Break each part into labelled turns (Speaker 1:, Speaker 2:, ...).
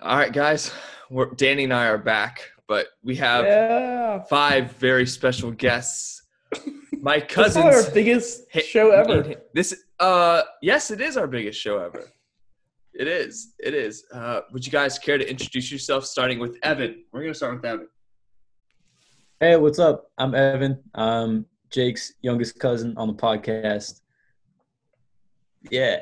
Speaker 1: All right, guys. We're, Danny and I are back, but we have
Speaker 2: Yeah.
Speaker 1: five very special guests. My
Speaker 2: That's probably
Speaker 1: cousins.
Speaker 2: our biggest
Speaker 1: Hey,
Speaker 2: show ever.
Speaker 1: This uh yes, it is our biggest show ever. It is. It is. Uh, would you guys care to introduce yourself, starting with Evan? We're gonna start with Evan.
Speaker 3: Hey, what's up? I'm Evan. I'm Jake's youngest cousin on the podcast. Yeah.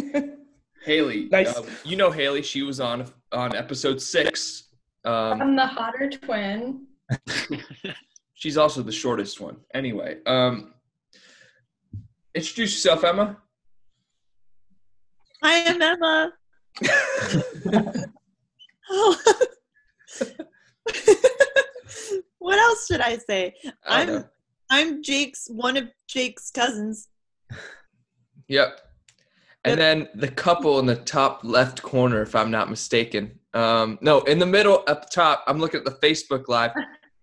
Speaker 1: Haley.
Speaker 2: Nice.
Speaker 1: uh, you know Haley. She was on on episode six. Um,
Speaker 4: I'm the hotter twin.
Speaker 1: she's also the shortest one. Anyway, um, introduce yourself, Emma.
Speaker 5: I am Emma. Oh. what else should I say?
Speaker 1: I don't
Speaker 5: I'm-
Speaker 1: know.
Speaker 5: I'm Jake's one of Jake's cousins.
Speaker 1: Yep. And
Speaker 5: Yep.
Speaker 1: then the couple in the top left corner, if I'm not mistaken. Um, no, in the middle up the top, I'm looking at the Facebook Live.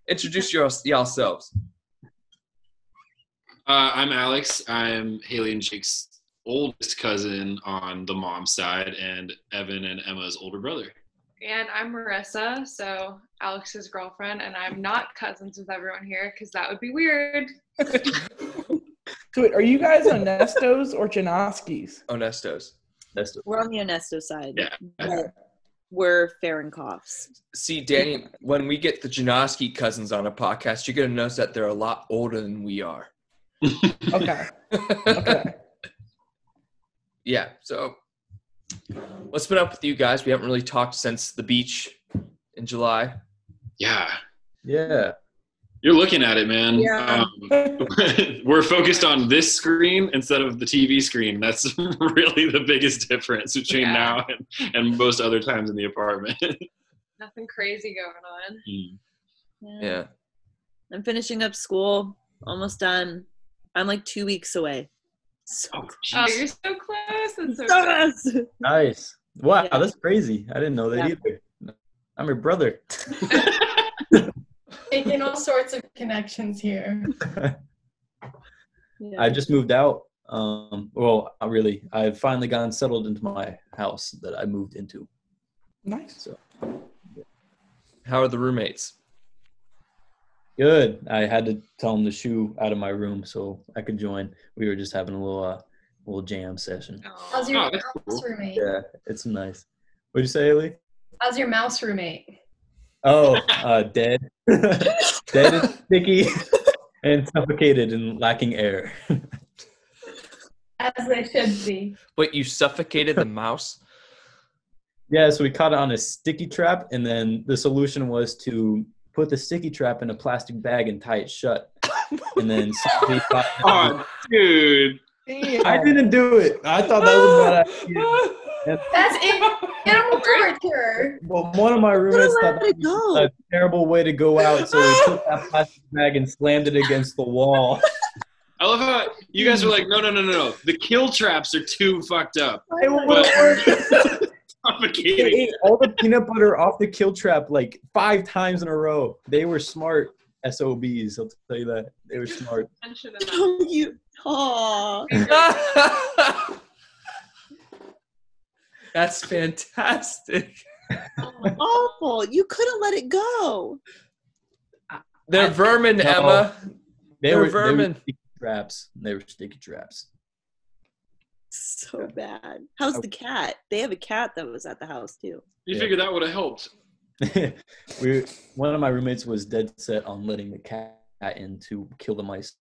Speaker 1: Introduce your, yourselves.
Speaker 6: Uh, I'm Alex. I'm Haley and Jake's oldest cousin on the mom side, and Evan and Emma's older brother.
Speaker 7: And I'm Marissa, so Alex's girlfriend, and I'm not cousins with everyone here because that would be weird.
Speaker 2: So wait, are you guys on Nestos or Janoskis?
Speaker 1: Onestos.
Speaker 3: That's
Speaker 5: We're on the Onesto side.
Speaker 6: Yeah.
Speaker 5: But We're Fahrenkoffs.
Speaker 1: See, Danny, when we get the Janoski cousins on a podcast, you're going to notice that they're a lot older than we are.
Speaker 2: Okay. Okay.
Speaker 1: yeah, so what's been up with you guys? We haven't really talked since the beach in July.
Speaker 6: Yeah,
Speaker 3: yeah.
Speaker 6: you're looking at it, man.
Speaker 5: Yeah.
Speaker 6: Um, we're focused on this screen instead of the TV screen. That's really the biggest difference between
Speaker 7: Yeah.
Speaker 6: now and, and most other times in the apartment.
Speaker 7: Nothing crazy going on.
Speaker 1: Yeah.
Speaker 5: I'm finishing up school. Almost done. I'm like two weeks away.
Speaker 6: Oh,
Speaker 7: Oh,
Speaker 6: jeez.
Speaker 7: you're so close. That's so close.
Speaker 5: Yes.
Speaker 3: Nice. Wow,
Speaker 5: Yeah.
Speaker 3: that's crazy. I didn't know that
Speaker 5: Yeah.
Speaker 3: either. I'm your brother.
Speaker 4: Making all sorts of connections here.
Speaker 5: Yeah.
Speaker 3: I just moved out. Um, well, I really, I've finally gotten settled into my house that I moved into.
Speaker 2: nice.
Speaker 3: So
Speaker 1: How are the roommates?
Speaker 3: good. I had to tell him to shoo out of my room so I could join. We were just having a little, uh, little jam session.
Speaker 4: How's
Speaker 6: Oh,
Speaker 4: your
Speaker 6: that's
Speaker 4: mouse
Speaker 6: cool.
Speaker 4: roommate?
Speaker 3: Yeah, it's nice. What'd you say, Haley?
Speaker 4: How's your mouse roommate?
Speaker 3: Oh, uh, dead, dead and sticky, and suffocated and lacking air.
Speaker 4: As they should be.
Speaker 1: Wait, you suffocated the mouse?
Speaker 3: Yeah, so we caught it on a sticky trap, and then the solution was to put the sticky trap in a plastic bag and tie it shut, and then somebody caught it.
Speaker 6: Oh, dude.
Speaker 3: I
Speaker 2: Damn.
Speaker 3: didn't do it. I thought that was what I.
Speaker 4: That's it. Animal torture.
Speaker 3: Well, one of my roommates
Speaker 5: What a
Speaker 3: thought
Speaker 5: way
Speaker 3: that
Speaker 5: to
Speaker 3: was
Speaker 5: go.
Speaker 3: a terrible way to go out, so we took that plastic bag and slammed it against the wall.
Speaker 6: I love how you guys were like, no, no, no, no, no. The kill traps are too fucked up.
Speaker 2: It would've
Speaker 6: But
Speaker 2: worked.
Speaker 3: They
Speaker 6: suffocating.
Speaker 3: ate all the peanut butter off the kill trap like five times in a row. They were smart SOBs, I'll tell you that. They were smart.
Speaker 7: Mention of that.
Speaker 5: Oh, you. Aw.
Speaker 1: That's fantastic.
Speaker 5: Awful. You could have let it go.
Speaker 1: They're vermin,
Speaker 3: No.
Speaker 1: Emma.
Speaker 3: They
Speaker 1: They're
Speaker 3: were
Speaker 1: vermin.
Speaker 3: They were sticky traps. They were sticky traps.
Speaker 5: So bad. How's the cat? They have a cat that was at the house too.
Speaker 6: You
Speaker 3: Yeah.
Speaker 6: figured that would have helped.
Speaker 3: we one of my roommates was dead set on letting the cat in to kill the mice,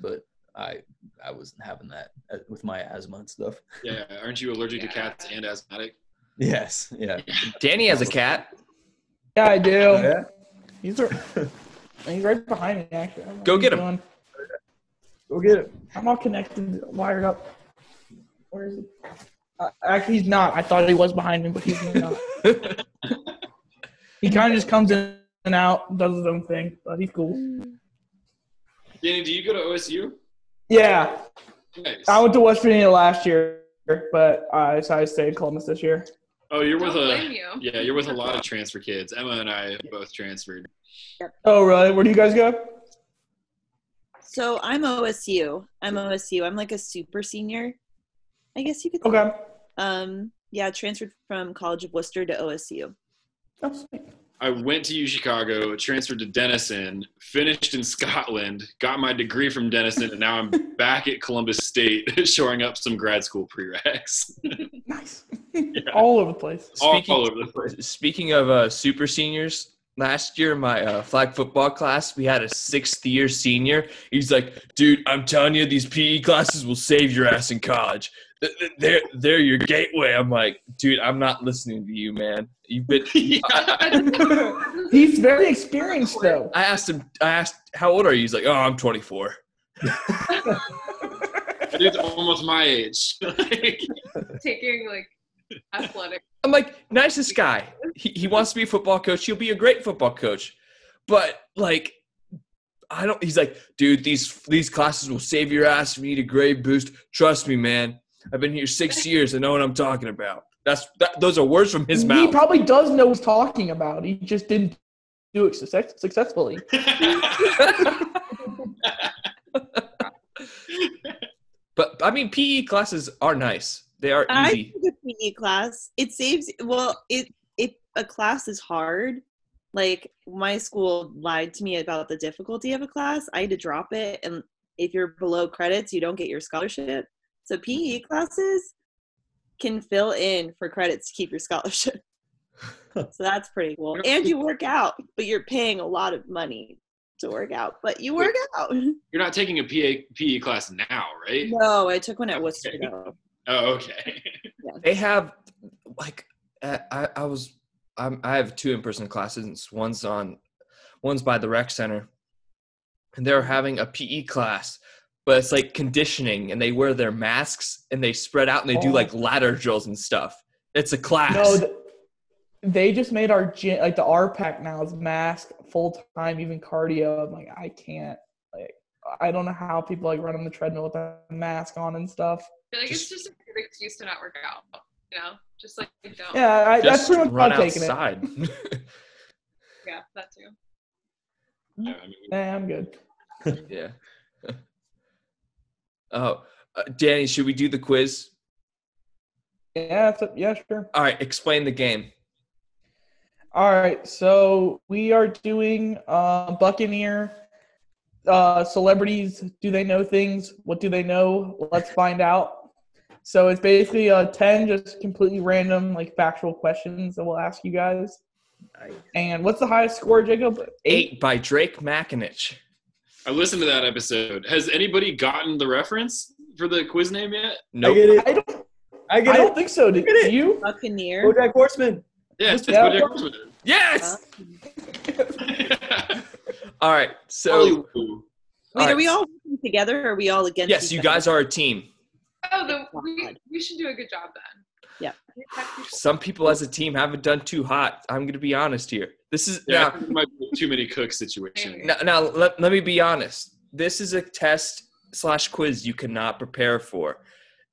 Speaker 3: but I I wasn't having that uh, with my asthma and stuff.
Speaker 6: Yeah, aren't you allergic
Speaker 7: Yeah.
Speaker 6: to cats and asthmatic?
Speaker 3: Yes. Yeah.
Speaker 1: Danny has a cat.
Speaker 2: Yeah, I do.
Speaker 3: Yeah.
Speaker 2: He's, r- he's right behind me, actually. I don't know
Speaker 1: Go
Speaker 2: what
Speaker 1: get
Speaker 2: he's
Speaker 1: him.
Speaker 2: doing.
Speaker 3: Go get it.
Speaker 2: I'm all connected, wired up. Where is he? Uh, actually, he's not. I thought he was behind me, but he's not. he kind of just comes in and out, does his own thing, but he's cool.
Speaker 6: Danny, do you go to OSU?
Speaker 2: Yeah,
Speaker 6: Nice.
Speaker 2: I went to West Virginia last year, but I decided to stay in Columbus this year.
Speaker 6: oh, you're
Speaker 7: Don't
Speaker 6: with
Speaker 7: blame
Speaker 6: a
Speaker 7: you.
Speaker 6: yeah, you're with a lot of transfer kids. Emma and I both transferred.
Speaker 2: Oh, really? Where do you guys go?
Speaker 5: So I'm OSU. I'm OSU. I'm like a super senior. I guess you could.
Speaker 2: Okay.
Speaker 5: Um, Yeah, transferred from College of Worcester to OSU.
Speaker 2: Oh, sweet.
Speaker 6: I went to U Chicago, transferred to Denison, finished in Scotland, got my degree from Denison, and now I'm back at Columbus State shoring up some grad school prereqs.
Speaker 2: Nice. All over the place.
Speaker 6: all,
Speaker 1: Speaking-
Speaker 6: all over the place.
Speaker 1: Speaking of uh, super seniors, last year my uh, flag football class, we had a sixth year senior. He's like, dude, I'm telling you, these PE classes will save your ass in college. Th- th- They're they're your gateway. I'm like, dude, I'm not listening to you, man. You've been. I, I-
Speaker 2: He's very experienced though.
Speaker 1: I asked him. I asked, how old are you? He's like, oh, I'm 24.
Speaker 6: Dude's almost my age. Like,
Speaker 7: taking like athletic.
Speaker 1: I'm like, nicest guy. He, he wants to be a football coach. He'll be a great football coach. But like, I don't. He's like, dude, these these classes will save your ass if you need a grade boost. Trust me, man. I've been here six years. I know what I'm talking about. That's that, those are words from his
Speaker 2: He
Speaker 1: mouth.
Speaker 2: probably does know what he's talking about. He just didn't do it success- successfully.
Speaker 1: But I mean, PE classes are nice. They are
Speaker 5: I
Speaker 1: easy.
Speaker 5: took a PE E class. It saves. Well, it if a class is hard, like my school lied to me about the difficulty of a class. I had to drop it, and if you're below credits, you don't get your scholarship. So
Speaker 1: Mm-hmm.
Speaker 5: PE classes can fill in for credits to keep your scholarship. so that's pretty cool. And you work out, but you're paying a lot of money to work out. But you work out.
Speaker 6: You're not taking a PA, PE class now, right?
Speaker 5: No, I took one at Worcester though.
Speaker 6: Oh, okay.
Speaker 1: they have like uh, I, I was I'm, I have two in-person classes. One's on, one's by the rec center, and they're having a PE class, but it's like conditioning, and they wear their masks and they spread out and they do
Speaker 2: Oh.
Speaker 1: like ladder drills and stuff. It's a class.
Speaker 2: No, th- they just made our gym like the RPAC now is mask full time, even cardio. I'm like, I can't. Like, I don't know how people like run on the treadmill with a mask on and stuff.
Speaker 7: I feel like it's just a good excuse to not work out. You know, just like don't. Yeah,
Speaker 2: Yeah, I,
Speaker 1: Just
Speaker 2: that's pretty much
Speaker 1: run
Speaker 2: what I'm taking it.
Speaker 1: outside.
Speaker 7: that too.
Speaker 6: I
Speaker 7: Mm.
Speaker 6: mean,
Speaker 2: Nah, I'm good.
Speaker 1: yeah. Oh, uh, Danny, should we do the quiz?
Speaker 2: Yeah, that's it. yeah, sure.
Speaker 1: All right, explain the game.
Speaker 2: All right, so we are doing uh, Buccaneer uh, celebrities. Do they know things? What do they know? Let's find out. So it's basically uh, ten just completely random, like factual questions that we'll ask you guys. And what's the highest score, Jacob?
Speaker 1: Eight by Drake Makinich.
Speaker 6: I listened to that episode. Has anybody gotten the reference for the quiz name yet?
Speaker 1: Nope.
Speaker 3: I get it.
Speaker 2: I don't.
Speaker 3: I
Speaker 2: I
Speaker 3: get
Speaker 2: don't
Speaker 3: it.
Speaker 2: think so. Did
Speaker 3: Look at it.
Speaker 1: Oh,
Speaker 2: you?
Speaker 5: Buccaneer.
Speaker 3: Bojack Horseman.
Speaker 6: Yeah, it's
Speaker 2: Yeah.
Speaker 6: Bojack Horseman.
Speaker 1: Yes. All right. So
Speaker 6: Hollywood.
Speaker 5: Wait,
Speaker 1: Alright.
Speaker 5: are we all working together or are we all against
Speaker 1: yes,
Speaker 5: each
Speaker 1: you
Speaker 5: other?
Speaker 1: guys are a team.
Speaker 7: Oh, the, we we should do a good job then.
Speaker 5: Yeah.
Speaker 7: We have to-
Speaker 1: Some people as a team haven't done too hot. I'm going to be honest here. This is
Speaker 6: Yeah, I
Speaker 1: now,
Speaker 6: think it might be too many cooks situation.
Speaker 1: now, now let, let me be honest. This is a test slash quiz you cannot prepare for.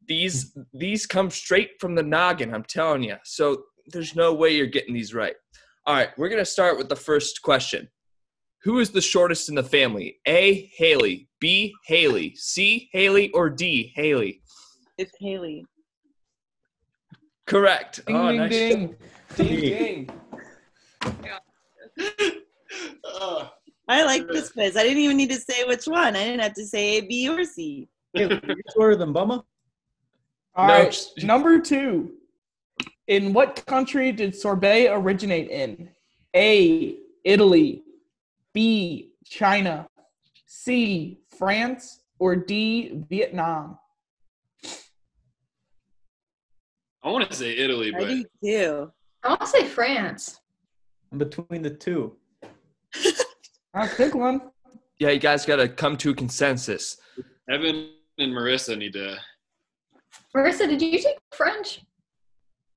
Speaker 1: These these come straight from the noggin. I'm telling you. So there's no way you're getting these right. All right, we're going to start with the first question. Who is the shortest in the family? A. Haley, B. Haley, C. Haley, or D. Haley?
Speaker 5: It's Haley.
Speaker 1: Correct.
Speaker 2: Ding,
Speaker 1: Oh,
Speaker 2: ding,
Speaker 1: nice.
Speaker 2: ding.
Speaker 1: Ding, ding.
Speaker 6: Ugh.
Speaker 5: I like this quiz. I didn't even need to say which one. I didn't have to say A, B, or C.
Speaker 3: Hey, you're shorter than Bumma.
Speaker 2: All
Speaker 1: No,
Speaker 2: right,
Speaker 1: just-
Speaker 2: Number two. In what country did sorbet originate in? A. Italy. B. China. C. France. Or D. Vietnam.
Speaker 6: I want to say Italy,
Speaker 5: I
Speaker 6: but
Speaker 5: do too.
Speaker 4: I want to say France.
Speaker 3: I'm between the two.
Speaker 2: I pick one.
Speaker 1: Yeah, you guys got to come to a consensus.
Speaker 6: Evan and Marissa need to.
Speaker 4: Marissa, did you take French?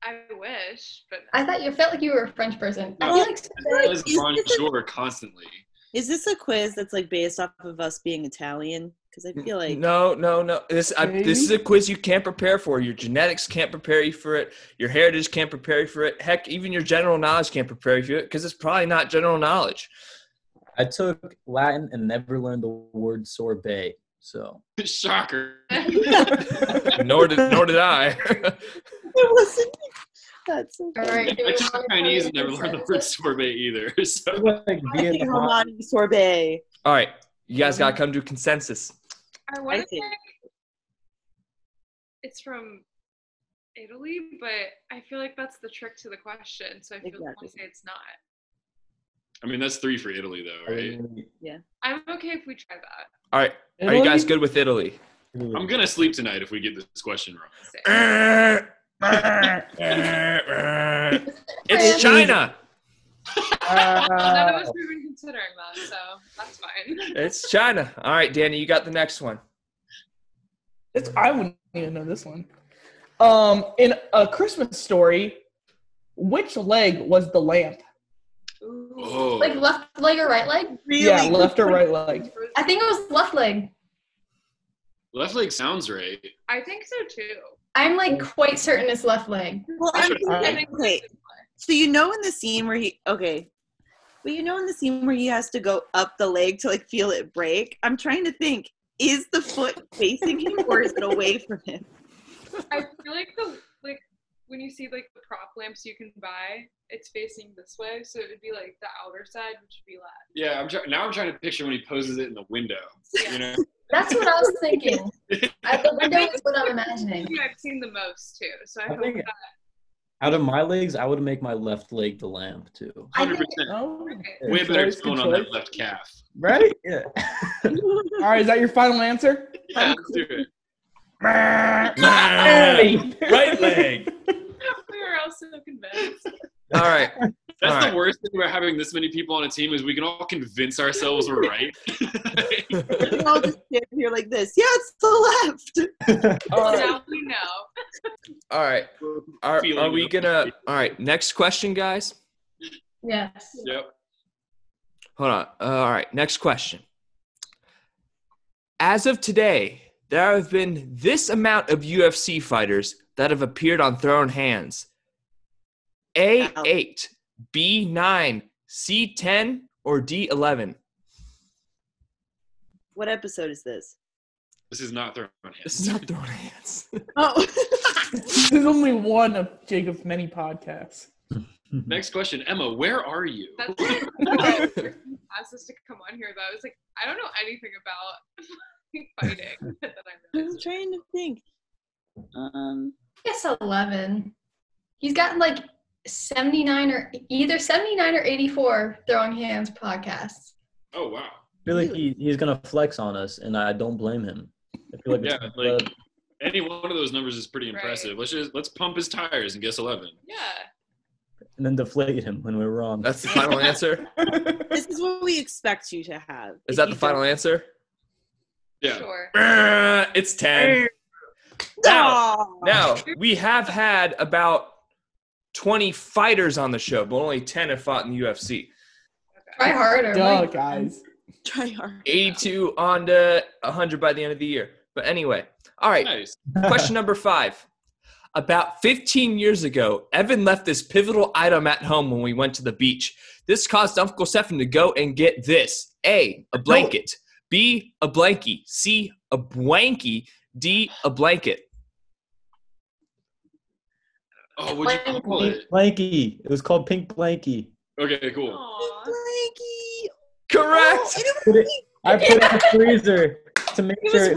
Speaker 7: I wish, but
Speaker 4: I thought you felt like you were a French person. I
Speaker 5: Oh,
Speaker 6: No.
Speaker 4: feel like
Speaker 6: As
Speaker 5: is
Speaker 6: Bon
Speaker 5: this a-
Speaker 6: Jour constantly.
Speaker 5: Is this a quiz that's like based off of us being Italian? Because I feel like
Speaker 1: No, no, no. This I,
Speaker 2: Maybe?
Speaker 1: this is a quiz you can't prepare for. Your genetics can't prepare you for it. Your heritage can't prepare you for it. Heck, even your general knowledge can't prepare you for it because it's probably not general knowledge.
Speaker 3: I took Latin and never learned the word sorbet. So
Speaker 6: Shocker.
Speaker 1: nor did nor did I.
Speaker 5: It wasn't. That's so
Speaker 4: All
Speaker 5: funny.
Speaker 4: right. do
Speaker 6: I
Speaker 4: we
Speaker 6: took
Speaker 4: wanna
Speaker 6: Chinese and
Speaker 4: try
Speaker 6: never learned the
Speaker 4: this?
Speaker 6: word sorbet either.
Speaker 3: it
Speaker 6: So
Speaker 3: was like
Speaker 5: I think
Speaker 3: Vietnam.
Speaker 5: Romani sorbet.
Speaker 1: All right, you guys gotta come to a consensus.
Speaker 7: I want
Speaker 5: I
Speaker 7: to
Speaker 5: think-
Speaker 7: think it's from Italy, but I feel like that's the trick to the question. So I feel like
Speaker 5: Exactly.
Speaker 7: we say it's not.
Speaker 6: I mean that's three for Italy though, right?
Speaker 7: I'm okay if we try that.
Speaker 1: All right, are you
Speaker 2: Italy?
Speaker 1: guys good with Italy?
Speaker 6: I'm gonna sleep tonight if we get this question wrong.
Speaker 7: Say.
Speaker 1: it's China.
Speaker 7: Well, none of
Speaker 2: Uh,
Speaker 7: us were even considering that, so that's fine.
Speaker 1: It's China. All right, Danny, you got the next one.
Speaker 2: it's, I wouldn't even know this one. Um, in a Christmas story, which leg was the lamp?
Speaker 7: Ooh.
Speaker 6: Oh
Speaker 4: Like left leg or right leg?
Speaker 5: Really?
Speaker 2: Yeah, left or right leg?
Speaker 4: I think it was left leg.
Speaker 6: left leg sounds right.
Speaker 7: I think so too.
Speaker 4: I'm like quite certain it's left leg.
Speaker 5: Well, I'm
Speaker 2: I-
Speaker 5: thinking- okay. So you know in the scene where he okay, but you know in the scene where he has to go up the leg to like feel it break. I'm trying to think: is the foot facing him or is it away from him?
Speaker 7: I feel like the like when you see like the prop lamps you can buy, it's facing this way, so it would be like the outer side, which would be left.
Speaker 6: Yeah, I'm try- now I'm trying to picture when he poses it in the window. You know?
Speaker 4: That's what I was thinking. I, the window is what I'm imagining.
Speaker 7: Yeah, I've seen the most too, so I,
Speaker 3: I
Speaker 7: hope
Speaker 3: think-
Speaker 7: that
Speaker 3: Out of my legs, I would make my left leg the lamp too.
Speaker 4: I
Speaker 6: Hundred
Speaker 4: think-
Speaker 6: percent.
Speaker 2: Oh,
Speaker 3: it-
Speaker 6: Way
Speaker 2: it's
Speaker 6: better
Speaker 2: always
Speaker 6: tone
Speaker 2: good
Speaker 6: on
Speaker 2: choice.
Speaker 6: that left calf.
Speaker 3: Right? Yeah.
Speaker 2: All right, is that your final answer?
Speaker 6: Yeah, let's do it.
Speaker 1: right leg.
Speaker 7: we were all so convinced.
Speaker 1: All right.
Speaker 6: That's
Speaker 1: All
Speaker 6: the
Speaker 1: right.
Speaker 6: worst thing about having this many people on a team is we can all convince ourselves we're right.
Speaker 5: We can all just sit here like this. Yeah, it's the left.
Speaker 2: All right.
Speaker 7: now we know.
Speaker 1: All right. Are,
Speaker 6: Feeling
Speaker 1: are we
Speaker 6: of-
Speaker 1: gonna? All right. Next question, guys.
Speaker 4: Yes.
Speaker 6: Yep.
Speaker 1: Hold on. Uh, all right. Next question. As of today, there have been this amount of UFC fighters that have appeared on Thrown Hands A8, B9, C10, or D11.
Speaker 5: What episode is this?
Speaker 6: This is not throwing hands.
Speaker 1: This is not Thrown Hands.
Speaker 5: Oh,
Speaker 2: This is only one of Jacob's many podcasts.
Speaker 6: Next question, Emma. Where are you?
Speaker 7: That's the person asked us to come on here though. I was like, I don't know anything about fighting. but then I
Speaker 5: I'm
Speaker 7: realized
Speaker 5: trying to think. Um,
Speaker 4: Yes, 11. He's gotten like 79 or either 79 or 84 throwing hands podcasts.
Speaker 6: Oh wow.
Speaker 3: I feel like he, he's gonna flex on us, and I don't blame him. I feel like
Speaker 6: Yeah,
Speaker 3: it's-
Speaker 6: like any one of those numbers is pretty
Speaker 7: Right.
Speaker 6: impressive. Let's just let's pump his tires and guess eleven.
Speaker 7: yeah.
Speaker 3: and then deflate him when we're wrong.
Speaker 1: That's the final answer.
Speaker 5: this is what we expect you to have.
Speaker 1: Is
Speaker 5: If
Speaker 1: that
Speaker 5: you
Speaker 1: the final answer?
Speaker 6: Yeah.
Speaker 7: Sure.
Speaker 1: Uh, It's 10.
Speaker 5: don't-
Speaker 1: Now,
Speaker 5: Aw.
Speaker 1: now, we have had about 20 fighters on the show, but only 10 have fought in the UFC.
Speaker 4: Try harder.
Speaker 2: Duh,
Speaker 4: Mike.
Speaker 2: guys.
Speaker 5: try hard.
Speaker 1: 82 on to 100 by the end of the year. But anyway, all right.
Speaker 6: Nice.
Speaker 1: Question number five. About 15 years ago, Evan left this pivotal item at home when we went to the beach. This caused Uncle Stefan to go and get this A, a blanket, B, a blankie, C, a blankie, D, a blanket.
Speaker 6: Oh, what'd you call it?
Speaker 3: Blanky. It was called Pink Blanky.
Speaker 6: Okay,
Speaker 7: Oh.
Speaker 6: cool.
Speaker 7: Aw.
Speaker 5: Blankie. Oh,
Speaker 1: Correct.
Speaker 5: and it was-
Speaker 3: Put it- I put it in the freezer to make
Speaker 5: It
Speaker 3: sure.
Speaker 5: was
Speaker 3: it-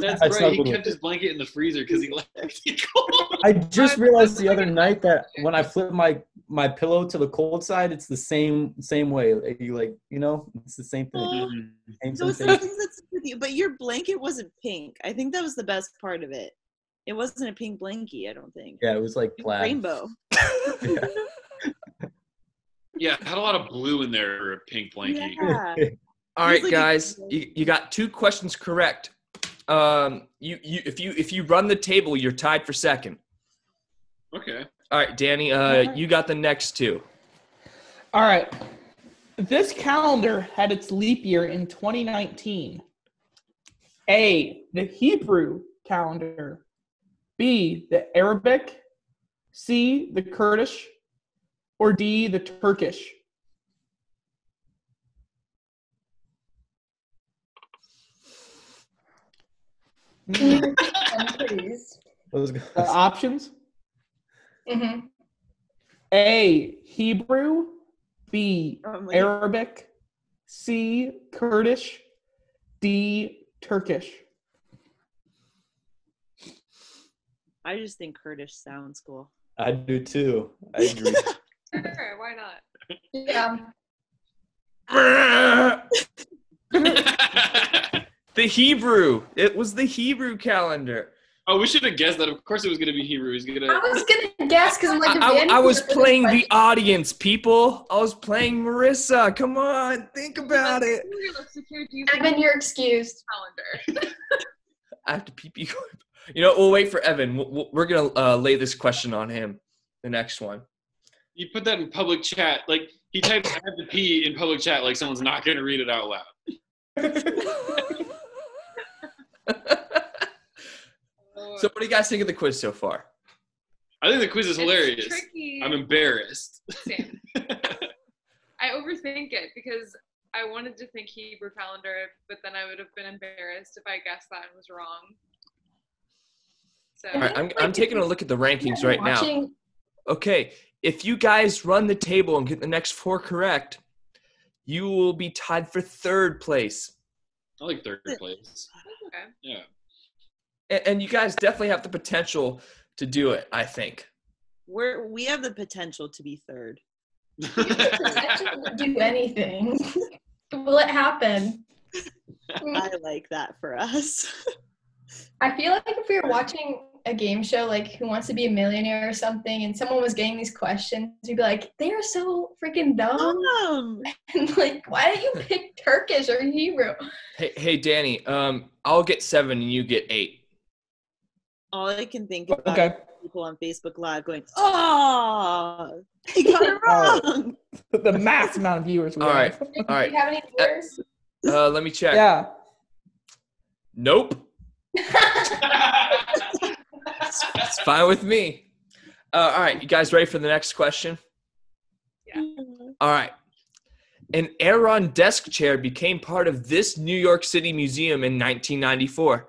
Speaker 3: Yeah,
Speaker 6: That's
Speaker 3: I
Speaker 6: right.
Speaker 3: snuck
Speaker 6: He
Speaker 3: with
Speaker 6: kept
Speaker 3: it.
Speaker 6: his blanket in the freezer because he liked it cold.
Speaker 3: I just realized the other night that when I flip my my pillow to the cold side, it's the same same way. Like, You like you know, it's the same thing.
Speaker 5: Oh,
Speaker 1: Mm-hmm.
Speaker 3: Same
Speaker 5: those are
Speaker 3: sensation.
Speaker 5: things that's with you. But your blanket wasn't pink. I think that was the best part of it. It wasn't a pink blankie, I don't think.
Speaker 3: Yeah, it was like
Speaker 5: It was
Speaker 3: plaid.
Speaker 5: Rainbow.
Speaker 6: Yeah, it had a lot of blue in there for a pink blanket.
Speaker 5: Yeah.
Speaker 1: All right,
Speaker 5: Usually-
Speaker 1: guys, you, you got two questions correct. Um, you, you, if you if you run the table, you're tied for second.
Speaker 6: Okay.
Speaker 1: All right, Danny, uh, you got the next two.
Speaker 2: All right. This calendar had its leap year in 2019. A, the Hebrew calendar. B, the Arabic. C, the Kurdish. Or D, the Turkish.
Speaker 4: Can you repeat them, please?
Speaker 3: Let's go.
Speaker 2: The
Speaker 1: Uh,
Speaker 2: options
Speaker 4: hmm
Speaker 2: A, Hebrew, B,
Speaker 5: Um, like,
Speaker 2: Arabic, C, Kurdish, D, Turkish.
Speaker 5: I just think Kurdish sounds cool.
Speaker 3: I do too. I agree.
Speaker 7: Sure, why not?
Speaker 4: Yeah.
Speaker 1: the Hebrew. It was the Hebrew calendar.
Speaker 6: oh, we should have guessed that. Of course, it was gonna be Hebrew. He's
Speaker 4: I
Speaker 6: gonna.
Speaker 4: was gonna guess because I'm like, if
Speaker 1: I,
Speaker 4: Vandy
Speaker 1: I was
Speaker 4: were this
Speaker 1: playing the
Speaker 4: question-
Speaker 1: audience, people. I was playing Marissa. Come on, think about it.
Speaker 7: Secure do you
Speaker 4: Evan, you're excused.
Speaker 7: calendar.
Speaker 1: I have to pee pee. You know, we'll wait for Evan. We'll- we'll- We're gonna uh, lay this question on him. The next one.
Speaker 6: You put that in public chat. Like he types "I have to pee" in public chat. Like someone's not gonna read it out loud.
Speaker 1: So, what do you guys think of the quiz so far?
Speaker 6: I think the quiz is
Speaker 7: It's
Speaker 6: hilarious.
Speaker 7: tricky.
Speaker 6: I'm embarrassed.
Speaker 7: Sam. I overthink it because I wanted to think Hebrew calendar, but then I would have been embarrassed if I guessed that and was wrong. So
Speaker 1: All right, I'm, I'm taking a look at the rankings right now.
Speaker 4: Watching
Speaker 1: Okay, if you guys run the table and get the next four correct, you will be tied for third place.
Speaker 6: I like third place.
Speaker 7: okay.
Speaker 6: Yeah.
Speaker 1: And, and you guys definitely have the potential to do it, I think.
Speaker 5: We're we have the potential to be third.
Speaker 4: Potentially do anything. Will it happen?
Speaker 1: Mm.
Speaker 5: I like that for us.
Speaker 4: I feel like if we were watching a game show like Who Wants to Be a Millionaire or something, and someone was getting these questions, we'd be like, they are so freaking dumb.
Speaker 5: Um,
Speaker 4: And like, why don't you pick Turkish or Hebrew?
Speaker 1: Hey, hey, Danny. Um, I'll get seven and you get eight.
Speaker 5: all I can think about
Speaker 2: Okay.
Speaker 5: is people on Facebook Live going, "Oh, he got it wrong."
Speaker 2: The mass amount of viewers we
Speaker 1: All
Speaker 2: have.
Speaker 1: All
Speaker 4: Do
Speaker 1: right.
Speaker 4: you have any viewers?
Speaker 1: Uh, let me check.
Speaker 2: Yeah.
Speaker 1: Nope. It's fine with me. Uh, all right, you guys ready for the next question? All right. An Aeron desk chair became part of this New York City museum in 1994.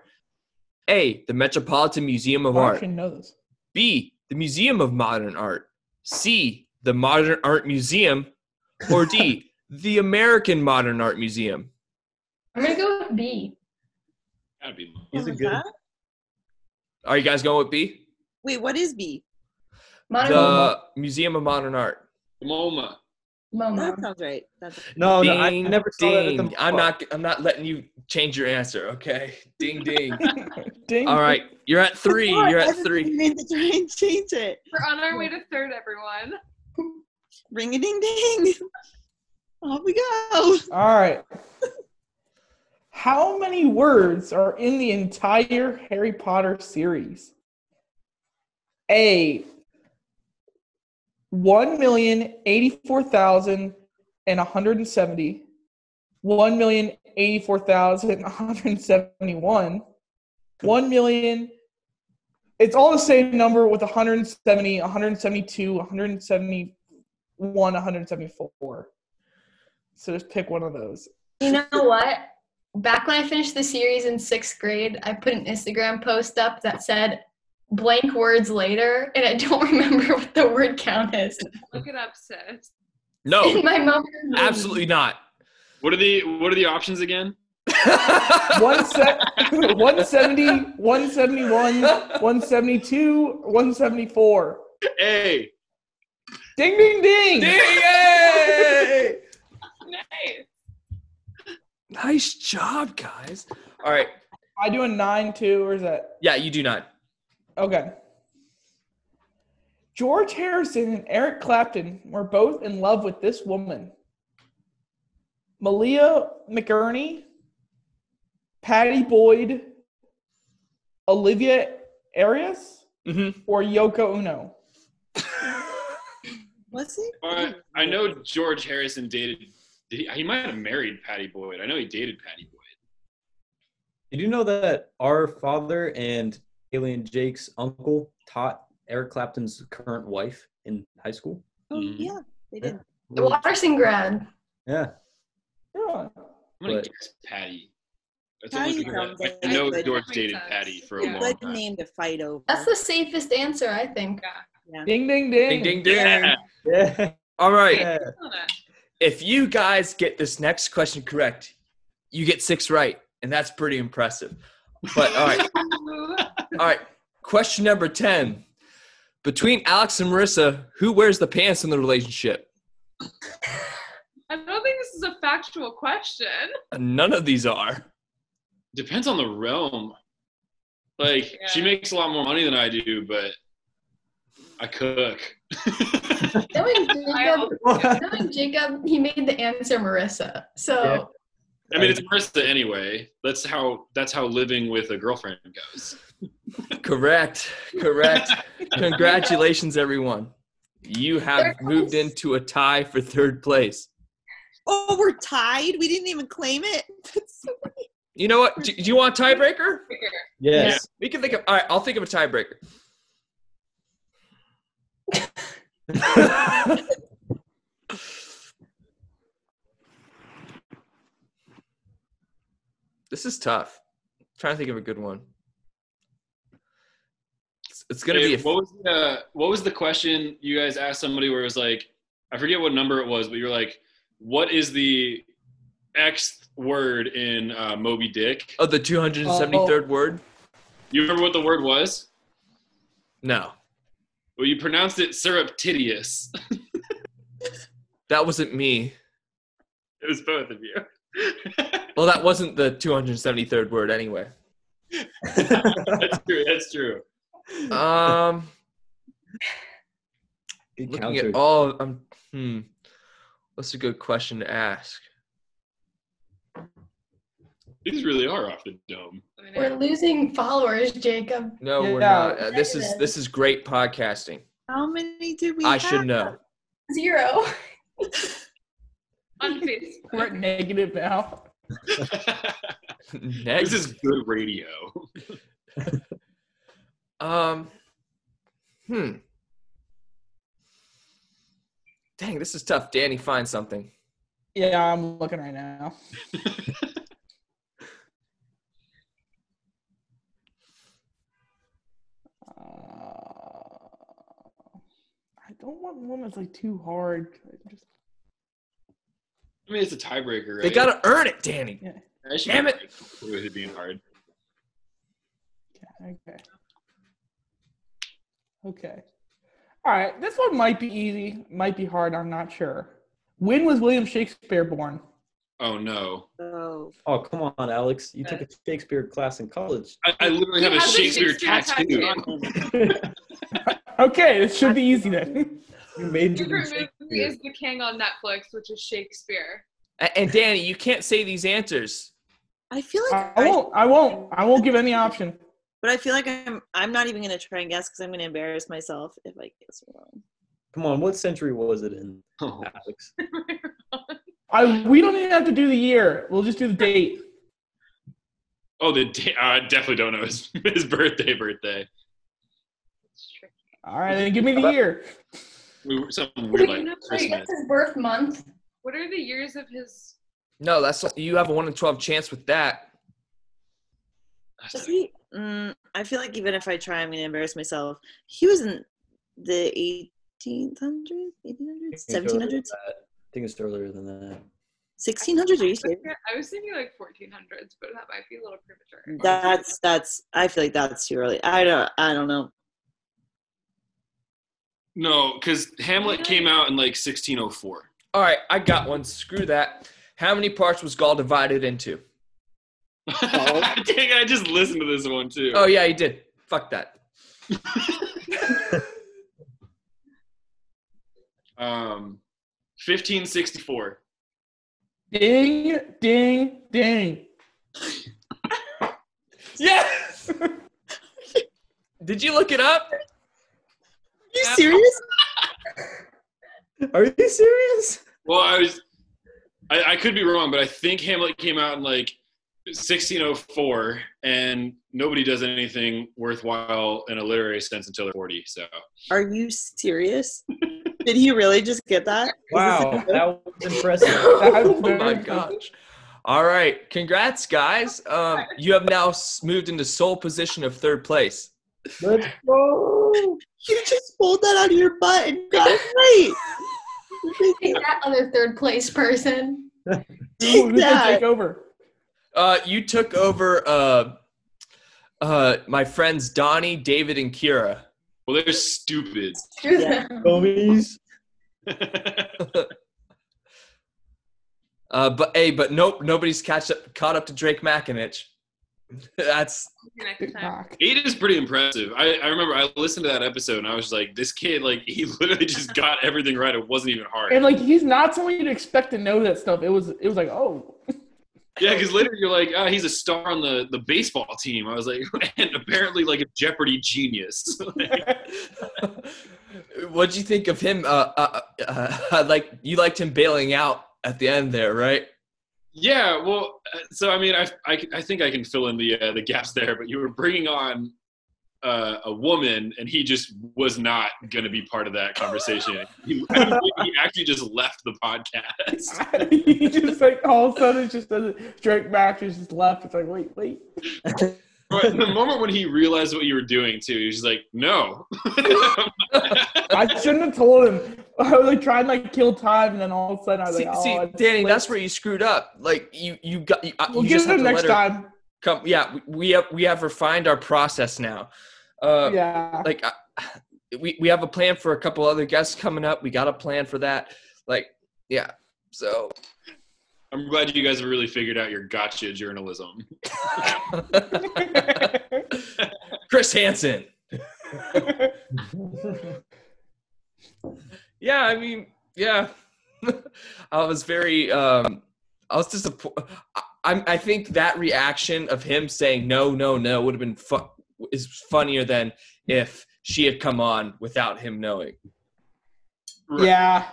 Speaker 1: A. The Metropolitan Museum of
Speaker 2: I
Speaker 1: Art.
Speaker 2: actually know this.
Speaker 1: B. The Museum of Modern Art. C. The Modern Art Museum. Or D. The American Modern Art Museum.
Speaker 4: I'm gonna go with B.
Speaker 6: Gotta be mine.
Speaker 3: He's a
Speaker 5: What was
Speaker 3: good.
Speaker 5: that?
Speaker 1: Are you guys going with B?
Speaker 5: Wait, what is B?
Speaker 4: Mono
Speaker 1: The Museum of Modern Art.
Speaker 6: MoMA.
Speaker 4: MoMA.
Speaker 5: That
Speaker 1: Um,
Speaker 5: sounds right. That's
Speaker 3: No, Oh, no, I I
Speaker 1: Ding,
Speaker 3: never saw that at the
Speaker 1: ding. I'm not. I'm not letting you change your answer. Okay. Ding ding.
Speaker 2: Ding.
Speaker 1: All right. You're at three.
Speaker 5: Come on,
Speaker 1: You're
Speaker 5: I
Speaker 1: at
Speaker 5: just
Speaker 1: three.
Speaker 5: Need to try and change it.
Speaker 7: We're on our way to third, everyone.
Speaker 5: Ring a ding ding. Off we go.
Speaker 2: All right. How many words are in the entire Harry Potter series? A. One million eighty-four thousand and one hundred and seventy. One million eighty-four thousand one hundred and seventy-one. One million. It's all the same number with 170, 172, 171, 174. So just pick one of those.
Speaker 4: You know what? Back when I finished the series in sixth grade, I put an Instagram post up that said blank words later, and I don't remember what the word count is.
Speaker 7: Look it up, sis.
Speaker 1: No.
Speaker 4: And my mom
Speaker 1: Absolutely not.
Speaker 6: What are the What are the options again?
Speaker 2: One se- 170, 171, 172, 174.
Speaker 6: A.
Speaker 2: Ding, ding, ding.
Speaker 1: Ding, yay!
Speaker 7: Nice.
Speaker 1: Nice job, guys. All right.
Speaker 2: I do a 9 2, or is that?
Speaker 1: Yeah, you do not.
Speaker 2: Okay. George Harrison and Eric Clapton were both in love with this woman Malia McErney, Patty Boyd, Olivia Arias,
Speaker 1: Mm-hmm.
Speaker 2: or Yoko Uno?
Speaker 5: What's it?
Speaker 6: I, uh, I know George Harrison dated. did He, he might have married Patty Boyd. I know he dated Patty Boyd.
Speaker 3: Did you know that our father and Alien Jake's uncle taught Eric Clapton's current wife in high school?
Speaker 5: Oh, yeah, they did.
Speaker 4: Watterson grad.
Speaker 3: Yeah.
Speaker 2: Yeah.
Speaker 6: I'm gonna
Speaker 3: Right.
Speaker 6: guess Patty. It's
Speaker 5: Patty
Speaker 6: almost like
Speaker 5: sounds
Speaker 6: I-
Speaker 5: like
Speaker 6: I know
Speaker 5: a good-
Speaker 6: George
Speaker 7: Makes
Speaker 6: dated
Speaker 7: sense.
Speaker 6: Patty for a
Speaker 7: Yeah.
Speaker 5: It's
Speaker 6: long
Speaker 5: like the
Speaker 6: time.
Speaker 5: name to fight over.
Speaker 4: That's the safest answer, I think.
Speaker 7: Yeah.
Speaker 2: Ding, ding, ding.
Speaker 1: Ding, ding, ding.
Speaker 6: Yeah.
Speaker 3: Yeah.
Speaker 1: All right.
Speaker 3: yeah.
Speaker 7: Killing it.
Speaker 1: If you guys get this next question correct, you get six right, and that's pretty impressive. But all right, all right. Question number ten: Between Alex and Marissa, who wears the pants in the relationship?
Speaker 7: I don't think this is a factual question.
Speaker 1: None of these are.
Speaker 6: Depends on the realm. Like she
Speaker 7: Yeah.
Speaker 6: makes a lot more money than I do, but I cook.
Speaker 4: Knowing
Speaker 7: I
Speaker 4: Jacob, knowing Jacob, he made the answer Marissa. So
Speaker 6: I mean, it's Marissa anyway. That's how that's how living with a girlfriend goes.
Speaker 1: Correct. Correct. Congratulations, everyone. You have
Speaker 4: Third
Speaker 1: moved
Speaker 4: place.
Speaker 1: into a tie for third place.
Speaker 5: Oh, we're tied. We didn't even claim it. That's so-
Speaker 1: You know what? Do, do you want a tiebreaker?
Speaker 3: Yes.
Speaker 1: We can think of. All right, I'll think of a tiebreaker. this is tough. trying to think of a good one. It's, it's gonna
Speaker 6: Hey,
Speaker 1: be. A,
Speaker 6: what was the what was the question you guys asked somebody where it was like I forget what number it was, but you're like, what is the X word in uh, Moby Dick?
Speaker 1: oh, the two hundred and seventy third word.
Speaker 6: You remember what the word was?
Speaker 1: No,
Speaker 6: Well, you pronounced it surreptitious.
Speaker 1: that wasn't me.
Speaker 6: it was both of you.
Speaker 1: Well, that wasn't the two hundred seventy third word anyway.
Speaker 6: that's true. That's true.
Speaker 1: Um,
Speaker 3: Good
Speaker 1: looking
Speaker 3: counter.
Speaker 1: at all. I'm. Hmm. What's a good question to ask?
Speaker 6: These really are off the dome.
Speaker 7: I mean,
Speaker 4: we're losing followers, Jacob.
Speaker 1: No, we're
Speaker 2: Yeah.
Speaker 1: not. Uh, this is
Speaker 4: Negative.
Speaker 1: this is great podcasting.
Speaker 5: How many did we
Speaker 1: I
Speaker 5: have?
Speaker 1: should know.
Speaker 4: Zero.
Speaker 7: on Facebook.
Speaker 2: We're at negative now.
Speaker 1: Next,
Speaker 6: this is good radio.
Speaker 1: um, hmm. Dang, this is tough. Danny, find something.
Speaker 2: Yeah, I'm looking right now. Uh, I don't want one that's like too hard. Just-
Speaker 6: I mean, it's a tiebreaker, right?
Speaker 1: They gotta earn it, Danny.
Speaker 6: I should
Speaker 1: Damn
Speaker 6: be
Speaker 1: it.
Speaker 6: good With it being hard.
Speaker 2: Okay. Okay. All right. This one might be easy, might be hard. I'm not sure. When was William Shakespeare born?
Speaker 6: Oh no!
Speaker 5: Oh,
Speaker 3: Oh, come on, Alex. You took a Shakespeare class in college.
Speaker 6: I, I literally
Speaker 7: He
Speaker 6: have a
Speaker 7: has a
Speaker 6: Shakespeare,
Speaker 7: Shakespeare
Speaker 6: tattoo.
Speaker 7: tattoo.
Speaker 2: Okay, this should be easy then.
Speaker 3: You majored in
Speaker 7: Favorite movie
Speaker 3: Shakespeare.
Speaker 7: is The King on Netflix, which is Shakespeare.
Speaker 1: A- And Danny, you can't say these answers.
Speaker 5: I feel like
Speaker 2: I I won't. I won't. I won't give any option.
Speaker 5: but I feel like I'm. I'm not even gonna try and guess because I'm gonna embarrass myself if I guess wrong.
Speaker 3: Come on, what century was it in,
Speaker 6: Oh,
Speaker 3: Alex?
Speaker 2: I. We don't even have to do the year. We'll just do the date.
Speaker 6: oh, the da- I definitely don't know his, his birthday. Birthday.
Speaker 7: It's tricky.
Speaker 2: All right, then give me the year.
Speaker 6: We were something
Speaker 4: Wait,
Speaker 6: weird like
Speaker 4: that's
Speaker 6: Christmas.
Speaker 4: his birth month.
Speaker 7: What are the years of his?
Speaker 1: No, that's you have a one in twelve chance with that.
Speaker 5: Was he? Mm, I feel like even if I try, I'm gonna embarrass myself. He was in the 1800s, 1800s, 1700s,
Speaker 3: I think it's earlier than that.
Speaker 5: 1600s. Are you serious?
Speaker 7: I was thinking like 1400s, but that might be a little
Speaker 5: Mm.
Speaker 7: premature.
Speaker 5: That's that's. I feel like that's too early. I don't. I don't know.
Speaker 6: No, because Hamlet came out in like 1604.
Speaker 1: All right, I got one. Screw that. How many parts was Gaul divided into?
Speaker 6: Dang, I just listened to this one too.
Speaker 1: Oh yeah, he did. Fuck that.
Speaker 6: Um, 1564.
Speaker 2: Ding, ding, ding.
Speaker 1: Yes. Did you look it up?
Speaker 5: Are you serious?
Speaker 3: Are you serious?
Speaker 6: Well, I was, I, I could be wrong, but I think Hamlet came out in like 1604, and nobody does anything worthwhile in a literary sense until they're 40. So
Speaker 5: Are you serious? Did he really just get that? Is this a
Speaker 3: Wow,
Speaker 5: joke?
Speaker 3: that was impressive.
Speaker 2: That's
Speaker 1: oh my
Speaker 2: very-
Speaker 1: gosh. All right. Congrats, guys. Um, you have now s- moved into sole position of third place.
Speaker 3: Let's go.
Speaker 5: You just pulled that out of your butt and got it right.
Speaker 4: Take that other third place person.
Speaker 2: Who
Speaker 5: Take
Speaker 2: who can
Speaker 5: that.
Speaker 2: take over?
Speaker 1: Uh, you took over uh, uh, my friends Donnie, David, and Kira.
Speaker 6: Well, they're stupid.
Speaker 4: Screw
Speaker 5: Yeah.
Speaker 4: them.
Speaker 3: Homies.
Speaker 1: Uh, but hey, but nope, nobody's catch up, caught up to Drake Makinich. That's
Speaker 7: Next time.
Speaker 6: Eight is pretty impressive. I, I remember I listened to that episode and I was like, this kid, like, he literally just got everything right. It wasn't even hard.
Speaker 2: And like he's not someone you'd expect to know that stuff. It was it was like, oh
Speaker 6: Yeah, because later you're like, ah, he's a star on the, the baseball team. I was like, and apparently like a Jeopardy genius.
Speaker 1: what'd you think of him? Uh, uh, uh, like you liked him bailing out at the end there, right?
Speaker 6: yeah, well, uh, so I mean, I, I, I think I can fill in the uh, the gaps there, but you were bringing on uh, a woman, and he just was not going to be part of that conversation. he, I think he actually just left the podcast.
Speaker 2: he just like all of a sudden just doesn't Drake Mack is just left. It's like, wait, wait.
Speaker 6: But the moment when he realized what you were doing too, he was just like, "No."
Speaker 2: I shouldn't have told him. I was like trying to like kill time and then all of a sudden I was
Speaker 1: See,
Speaker 2: like, oh,
Speaker 1: see,
Speaker 2: I just
Speaker 1: Danny,
Speaker 2: clicked.
Speaker 1: that's where you screwed up. Like you, you got. You, uh,
Speaker 2: we'll
Speaker 1: you
Speaker 2: get
Speaker 1: just have
Speaker 2: him
Speaker 1: to
Speaker 2: next
Speaker 1: let her
Speaker 2: time.
Speaker 1: Come, yeah, we, we have we have refined our process now. Uh,
Speaker 2: yeah.
Speaker 1: like I, we we have a plan for a couple other guests coming up. We got a plan for that. Like yeah. So
Speaker 6: I'm glad you guys have really figured out your gotcha journalism.
Speaker 1: Chris Hansen. Yeah, I mean, yeah. I was very um I was disappointed. I'm I think that reaction of him saying no, no, no would have been fu- is funnier than if she had come on without him knowing.
Speaker 2: yeah.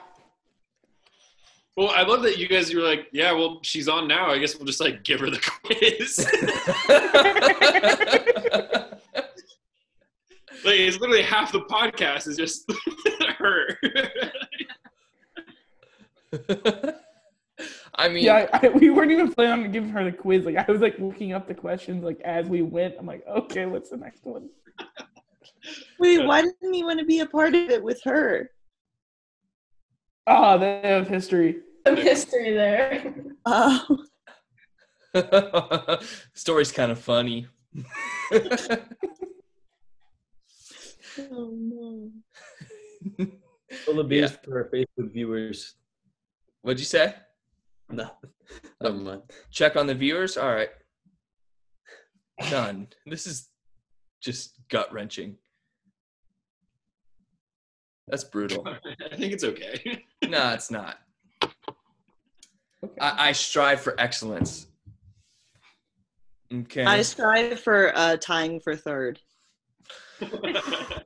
Speaker 6: Well, I love that you guys were like, "Yeah, well, she's on now. I guess we'll just like give her the quiz." like, it's literally half the podcast is just her.
Speaker 1: I mean,
Speaker 2: Yeah, I, I- we weren't even planning on giving her the quiz. Like I was like looking up the questions like as we went. I'm like, okay, what's the next one?
Speaker 5: Wait, why didn't he want to be a part of it with her?
Speaker 2: Ah, they have history.
Speaker 4: Some history there.
Speaker 5: Oh,
Speaker 1: story's kind of funny.
Speaker 5: oh no.
Speaker 3: Full of beers for our Facebook viewers.
Speaker 1: What'd you say?
Speaker 3: No, never mind.
Speaker 1: Check on the viewers. All right. Done. This is just gut wrenching. That's brutal.
Speaker 6: I think it's okay.
Speaker 1: No, it's not.
Speaker 2: Okay.
Speaker 1: I, I strive for excellence. Okay.
Speaker 5: I strive for uh, tying for third.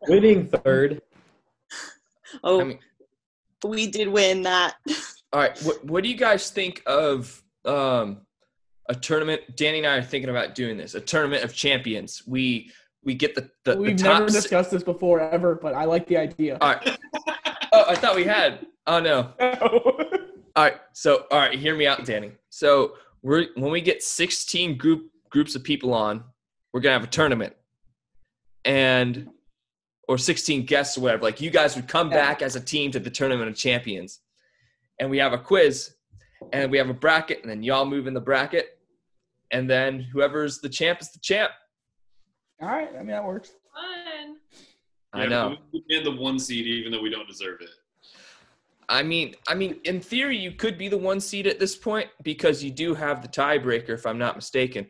Speaker 3: Winning third.
Speaker 5: Oh,
Speaker 1: I mean,
Speaker 5: we did win that.
Speaker 1: all right. What, what do you guys think of um, a tournament? Danny and I are thinking about doing this. A tournament of champions. We we get the the, Uh, the
Speaker 2: We've
Speaker 1: top.
Speaker 2: never
Speaker 1: si-
Speaker 2: discussed this before ever, but I like the idea.
Speaker 1: all right. Oh, I thought we had. Oh no. All right. So, all right, hear me out, Danny. So, we're when we get 16 group groups of people on, we're going to have a tournament. And or 16 guests or whatever. Like you guys would come back as a team to the tournament of champions. And we have a quiz and we have a bracket and then y'all move in the bracket and then whoever's the champ is the champ.
Speaker 2: All right, I mean that works.
Speaker 7: Fun.
Speaker 1: I know.
Speaker 6: We get the one seed, even though we don't deserve it.
Speaker 1: I mean, I mean in theory you could be the one seed at this point because you do have the tiebreaker if I'm not mistaken.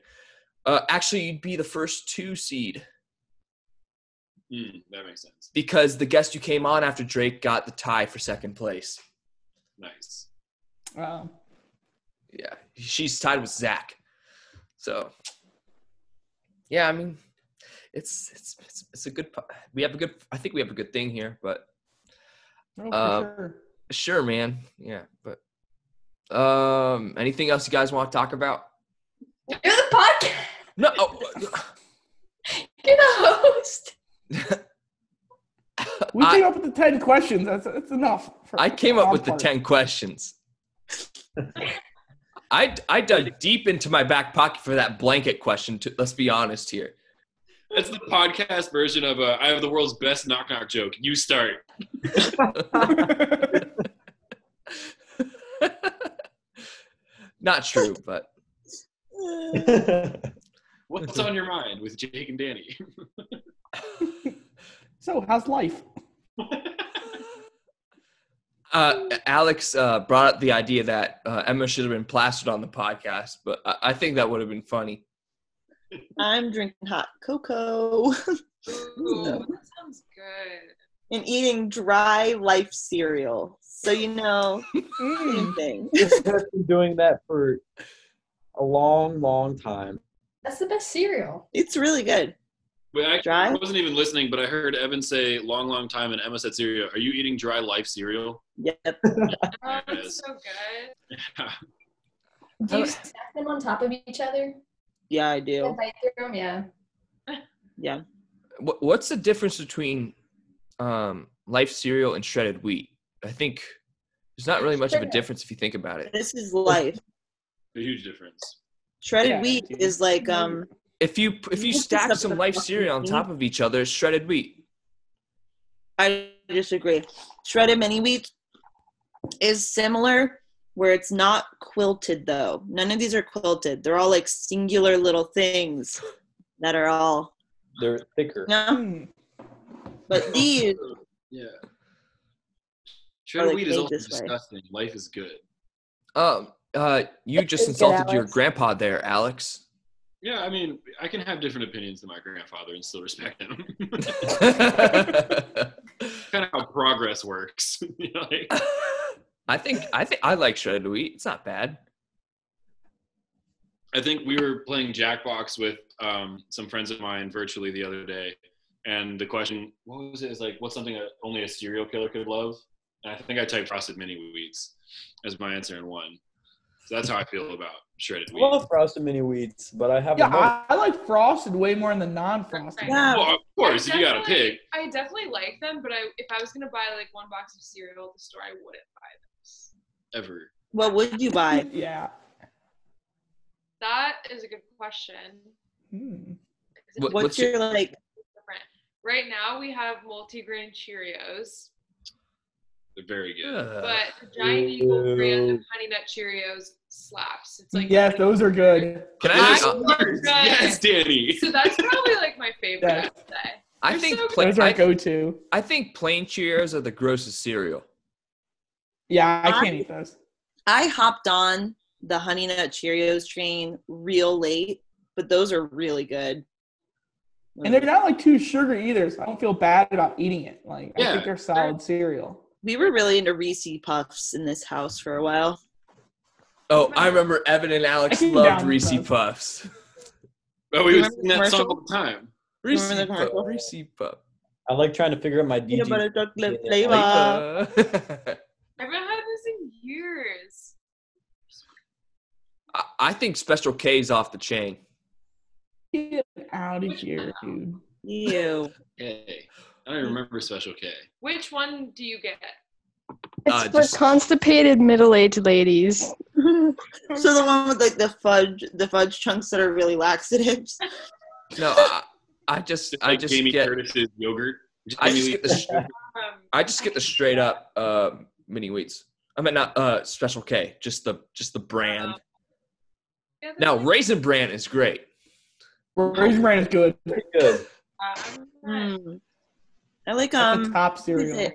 Speaker 1: Uh, actually, you'd be the first two seed.
Speaker 6: Hmm, that makes sense.
Speaker 1: because the guest you came on after Drake got the tie for second place.
Speaker 6: Nice.
Speaker 2: Um,
Speaker 1: Yeah, she's tied with Zach. So, yeah, I mean, it's it's it's, it's a good. po- We have a good. I think we have a good thing here, but
Speaker 2: no, for
Speaker 1: Uh,
Speaker 2: sure.
Speaker 1: sure, man. Yeah, but um, anything else you guys want to talk about?
Speaker 4: You're the podcast.
Speaker 1: No. oh,
Speaker 4: You're the host.
Speaker 2: We
Speaker 1: I-
Speaker 2: came up with the ten questions. That's that's enough. for-
Speaker 1: I came up
Speaker 2: on
Speaker 1: with the
Speaker 2: part.
Speaker 1: ten questions. I, I dug deep into my back pocket for that blanket question. To, let's be honest here.
Speaker 6: That's the podcast version of uh, I have the world's best knock knock joke. You start.
Speaker 1: Not true, but
Speaker 6: What's on your mind with Jake and Danny?
Speaker 2: So, how's life?
Speaker 1: uh, Alex uh, brought up the idea that uh, Emma should have been plastered on the podcast, but I, I think that would have been funny.
Speaker 5: I'm drinking hot cocoa
Speaker 7: Ooh, that sounds good.
Speaker 5: and eating dry life cereal. So you know, same thing.
Speaker 3: This has been doing that for a long, long time.
Speaker 4: That's the best cereal.
Speaker 5: It's really good.
Speaker 6: Wait, I,
Speaker 5: Dry?
Speaker 6: I wasn't even listening, but I heard Evan say long, long time, and Emma said cereal. Are you eating dry life cereal?
Speaker 5: Yep.
Speaker 7: Oh,
Speaker 6: There it
Speaker 7: that's
Speaker 6: is.
Speaker 7: so good.
Speaker 4: Do
Speaker 6: Oh.
Speaker 4: you stack them on top of each other?
Speaker 5: Yeah, I
Speaker 4: And
Speaker 5: do.
Speaker 4: bite through them? Yeah.
Speaker 5: Yeah.
Speaker 1: Wh- What's the difference between um, life cereal and shredded wheat? I think there's not really much of a difference if you think about it.
Speaker 5: This is life.
Speaker 6: A huge difference.
Speaker 5: Shredded
Speaker 2: Yeah,
Speaker 5: wheat
Speaker 2: dude.
Speaker 5: is like um
Speaker 1: If you if you
Speaker 5: This is
Speaker 1: stack
Speaker 5: a
Speaker 1: some life cereal on
Speaker 5: fucking-
Speaker 1: top of each other, it's shredded wheat.
Speaker 5: I disagree. Shredded mini wheat is similar where it's not quilted though. None of these are quilted. They're all like singular little things that are all
Speaker 3: They're thicker.
Speaker 5: no,
Speaker 2: Mm.
Speaker 5: but these
Speaker 6: Yeah. Shredded
Speaker 5: like
Speaker 6: wheat is
Speaker 5: made
Speaker 6: also
Speaker 5: this way.
Speaker 6: disgusting. Life is good.
Speaker 1: Um, uh, you just
Speaker 5: Good,
Speaker 1: insulted your
Speaker 5: Alex.
Speaker 1: grandpa there, Alex.
Speaker 6: Yeah, I mean, I can have different opinions than my grandfather and still respect him. kind of how progress works. you know, like,
Speaker 1: I think I think I like shredded wheat. It's not bad.
Speaker 6: I think we were playing Jackbox with um, some friends of mine virtually the other day, and the question, what was it? It's like, what's something that only a serial killer could love? And I think I typed frosted mini wheats as my answer in one. So that's how I feel about shredded
Speaker 3: I
Speaker 6: wheat.
Speaker 3: love frosted mini wheats, but I have
Speaker 2: Yeah,
Speaker 3: another.
Speaker 2: I, I like frosted way more than non-frosted.
Speaker 7: Yeah.
Speaker 5: yeah,
Speaker 6: Well, of course, if you got a
Speaker 7: Definitely.
Speaker 6: pig.
Speaker 7: I definitely like them, but I if I was gonna buy like one box of cereal at the store, I wouldn't buy those.
Speaker 6: Ever.
Speaker 5: what would you buy?
Speaker 2: Yeah.
Speaker 7: That is a good question.
Speaker 2: Mm.
Speaker 7: Is it
Speaker 1: What-
Speaker 5: What's
Speaker 1: what's your-
Speaker 5: your like
Speaker 7: different? Right now we have multigrain Cheerios,
Speaker 6: They're very good.
Speaker 1: Ugh.
Speaker 2: Uh,
Speaker 7: but the Giant Eagle brand of
Speaker 3: Ew.
Speaker 7: Honey Nut Cheerios slaps. It's like
Speaker 2: yes, those are good.
Speaker 1: Can
Speaker 6: I-
Speaker 1: I just? uh,
Speaker 6: Yes, Danny.
Speaker 7: So that's probably like my favorite.
Speaker 2: Yeah.
Speaker 7: I'd say.
Speaker 1: I
Speaker 7: They're
Speaker 1: think
Speaker 7: so good.
Speaker 1: pla-
Speaker 2: those are
Speaker 1: I,
Speaker 2: go-to.
Speaker 1: I think plain Cheerios are the grossest cereal.
Speaker 2: Yeah, I can't
Speaker 5: I-
Speaker 2: eat those.
Speaker 5: I hopped on the Honey Nut Cheerios train real late, but those are really good.
Speaker 2: And they're not like too sugar either, so I don't feel bad about eating it. Like I
Speaker 6: Yeah.
Speaker 2: think they're solid cereal.
Speaker 5: we were really into Reese Puffs in this house for a while.
Speaker 1: Oh, I remember Evan and Alex
Speaker 2: I came
Speaker 1: loved
Speaker 2: down
Speaker 1: Reese
Speaker 2: with
Speaker 1: Puffs.
Speaker 6: Oh, we would
Speaker 5: Remember
Speaker 6: sing
Speaker 5: the
Speaker 6: that song
Speaker 5: commercial?
Speaker 6: all the time.
Speaker 1: Reese
Speaker 5: Remember the
Speaker 1: Puff.
Speaker 5: commercial?
Speaker 1: Reese Puff.
Speaker 3: I like trying to figure out my
Speaker 5: Peanut butter
Speaker 3: DG.
Speaker 5: chocolate
Speaker 3: Yeah.
Speaker 5: flavor.
Speaker 1: Uh,
Speaker 7: I haven't had this in years.
Speaker 1: I- I think Special K is off the chain.
Speaker 2: Get out of here, dude.
Speaker 5: Ew.
Speaker 6: Hey, I don't even remember Special K.
Speaker 7: Which one do you get?
Speaker 1: It's Uh, for just-
Speaker 8: constipated middle-aged ladies.
Speaker 5: so the one with like the fudge, the fudge chunks that are really laxatives.
Speaker 1: No, I, I just,
Speaker 6: Just
Speaker 1: I
Speaker 6: like
Speaker 1: just
Speaker 6: Jamie
Speaker 1: get,
Speaker 6: Curtis's yogurt.
Speaker 1: I
Speaker 6: Jamie
Speaker 1: just
Speaker 6: Lee
Speaker 1: get the,
Speaker 7: Um,
Speaker 1: I just get the straight up uh, mini wheats. I mean, not uh, Special K, just the, just the brand.
Speaker 7: yeah, they're
Speaker 1: Now,
Speaker 7: like-
Speaker 1: Raisin Bran is great.
Speaker 2: Raisin Bran is good. It's
Speaker 3: Pretty good.
Speaker 7: Um,
Speaker 5: Mm. I like
Speaker 2: a
Speaker 5: um.
Speaker 2: top cereal.
Speaker 5: it?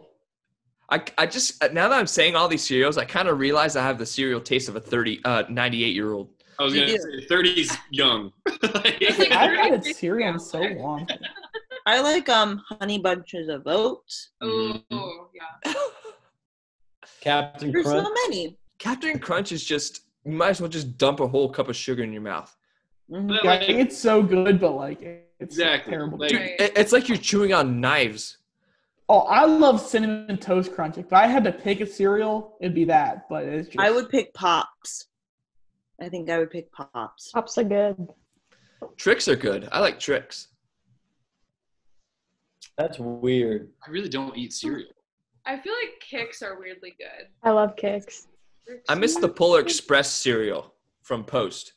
Speaker 1: I, I just uh, now that I'm saying all these cereals, I kind of realize I have the cereal taste of a 30, uh, 98 year old.
Speaker 6: I was
Speaker 5: You
Speaker 6: gonna say thirties young.
Speaker 7: like-
Speaker 2: I haven't had cereal in so long.
Speaker 5: I like um honey bunches of oats.
Speaker 6: Mm-hmm.
Speaker 1: Mm-hmm.
Speaker 7: Oh, yeah.
Speaker 3: Captain
Speaker 5: There's
Speaker 3: Crunch.
Speaker 5: so many.
Speaker 1: Captain Crunch is just you might as well just dump a whole cup of sugar in your mouth.
Speaker 5: Mhm.
Speaker 6: But,
Speaker 2: Yeah,
Speaker 6: like,
Speaker 2: it's so good, but like it's
Speaker 6: Exactly.
Speaker 2: terrible.
Speaker 6: Like-
Speaker 1: Dude,
Speaker 7: Right.
Speaker 1: it- it's like you're chewing on knives.
Speaker 2: oh, I love cinnamon toast crunch. If I had to pick a cereal, it'd be that. But it's just
Speaker 5: I would pick pops. I think I would pick pops.
Speaker 8: Pops are good.
Speaker 1: Tricks are good. I like tricks.
Speaker 3: That's weird.
Speaker 6: I really don't eat cereal.
Speaker 7: I feel like kicks are weirdly good.
Speaker 8: I love kicks.
Speaker 1: I miss the Polar Express cereal. from Post.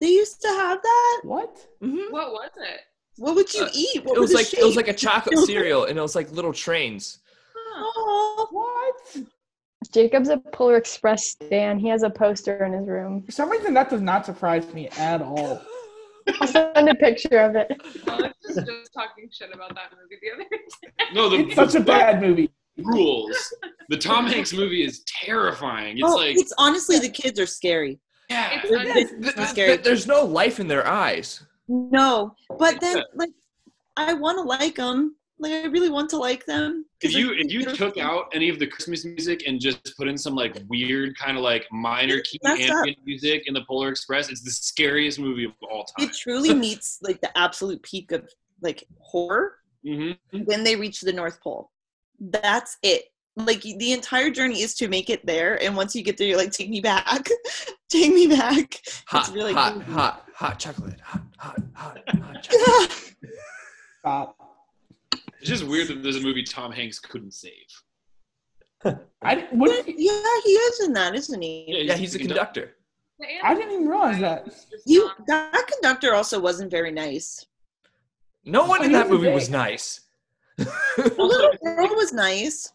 Speaker 5: They used to have that.
Speaker 2: What?
Speaker 5: Mhm.
Speaker 7: What was it?
Speaker 5: What would you
Speaker 1: Uh,
Speaker 5: eat? What
Speaker 1: It was
Speaker 5: the
Speaker 1: like it was
Speaker 5: shape?
Speaker 1: like a chocolate cereal, and it was like little trains.
Speaker 7: Huh.
Speaker 5: Aw.
Speaker 2: What?
Speaker 8: Jacob's a Polar Express stan. He has a poster in his room.
Speaker 2: For some reason, that does not surprise me at all.
Speaker 8: I'll send a picture of it.
Speaker 7: Alex was just talking shit about that movie the other day.
Speaker 6: No, the,
Speaker 2: It's such a
Speaker 6: the
Speaker 2: bad movie.
Speaker 6: rules. The Tom Hanks movie is terrifying. It's
Speaker 5: Oh,
Speaker 6: like
Speaker 5: it's honestly the kids are scary.
Speaker 6: yeah,
Speaker 7: It's un-
Speaker 1: Th- th-
Speaker 5: Scary.
Speaker 1: there's no life in their eyes.
Speaker 5: No, but then
Speaker 6: Yeah.
Speaker 5: like I want to like them. Like I really want to like them.
Speaker 6: if
Speaker 5: 'cause
Speaker 6: you
Speaker 5: they're
Speaker 6: if you
Speaker 5: cute.
Speaker 6: took out any of the Christmas music and just put in some like weird kind of like minor key
Speaker 5: That's not-
Speaker 6: ambient music in the Polar Express, it's the scariest movie of all time.
Speaker 5: it truly meets like the absolute peak of like horror
Speaker 6: hmm
Speaker 1: Mm-hmm.
Speaker 5: when they reach the North Pole. That's it. Like y- the entire journey is to make it there, and once you get there, you're like, "Take me back, take me back."
Speaker 1: Hot,
Speaker 5: It's really
Speaker 1: hot,
Speaker 5: creepy.
Speaker 1: hot, hot chocolate. Hot, hot, hot, hot chocolate.
Speaker 2: Stop.
Speaker 6: It's just weird that there's a movie Tom Hanks couldn't save.
Speaker 2: I,
Speaker 5: But,
Speaker 2: what,
Speaker 5: yeah, he is in that, isn't he?
Speaker 1: yeah, he's a conductor.
Speaker 7: The
Speaker 2: I didn't even realize that.
Speaker 7: was just
Speaker 5: You
Speaker 7: not-
Speaker 5: that conductor also wasn't very nice.
Speaker 1: No one in that
Speaker 2: He's
Speaker 1: movie
Speaker 2: big.
Speaker 1: was nice.
Speaker 5: The little girl was nice.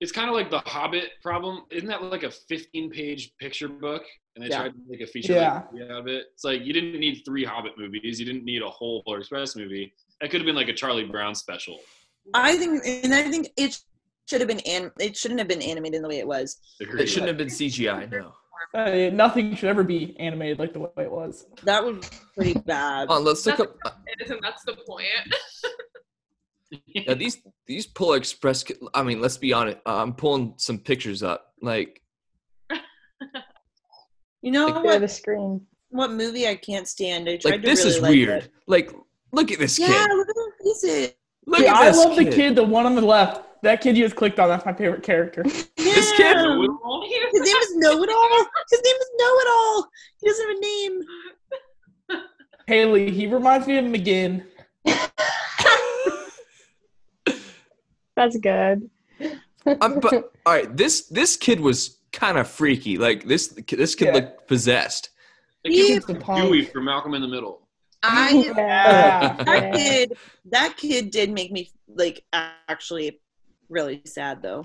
Speaker 6: It's kind of like the Hobbit problem. Isn't that like a 15 page picture book? And they
Speaker 5: Yeah.
Speaker 6: tried to make a feature
Speaker 2: Yeah.
Speaker 6: length movie out of it. It's like you didn't need three Hobbit movies. You didn't need a whole Polar Express movie. That could have been like a Charlie Brown special.
Speaker 5: I think, and I think it should have been an, it shouldn't have been animated in the way it was.
Speaker 1: It shouldn't have been CGI. No,
Speaker 2: uh, nothing should ever be animated like the way it was.
Speaker 5: That was pretty bad.
Speaker 1: Hold on, let's look up. uh,
Speaker 7: It is, and that's the point.
Speaker 1: Yeah, these these Polar Express. c- I mean, let's be honest. uh, I'm pulling some pictures up. Like,
Speaker 5: You know
Speaker 1: Like,
Speaker 8: Share
Speaker 5: what?
Speaker 8: the screen.
Speaker 5: What movie I can't stand? I tried
Speaker 1: like
Speaker 5: to
Speaker 1: this
Speaker 5: really
Speaker 1: is
Speaker 5: like
Speaker 1: weird.
Speaker 5: it.
Speaker 1: Like, look at this
Speaker 5: Yeah,
Speaker 1: kid.
Speaker 5: look at her faces.
Speaker 1: Look
Speaker 2: Dude,
Speaker 1: at
Speaker 2: I
Speaker 1: this
Speaker 2: love the kid, the one on the left. That kid you just clicked on. That's my favorite character.
Speaker 1: This kid-
Speaker 5: Yeah. His name is Know It All. His name is Know It All. He doesn't have a name.
Speaker 2: Haley, he reminds me of McGinn.
Speaker 8: That's good.
Speaker 1: Um, but all right, this this kid was kind of freaky. Like this this kid
Speaker 2: Yeah.
Speaker 1: looked possessed.
Speaker 6: Like you
Speaker 5: Yeah.
Speaker 6: can
Speaker 2: The punk.
Speaker 6: Dewey from Malcolm in the Middle.
Speaker 5: I
Speaker 8: Yeah.
Speaker 5: that kid that kid did make me like a- actually really sad though.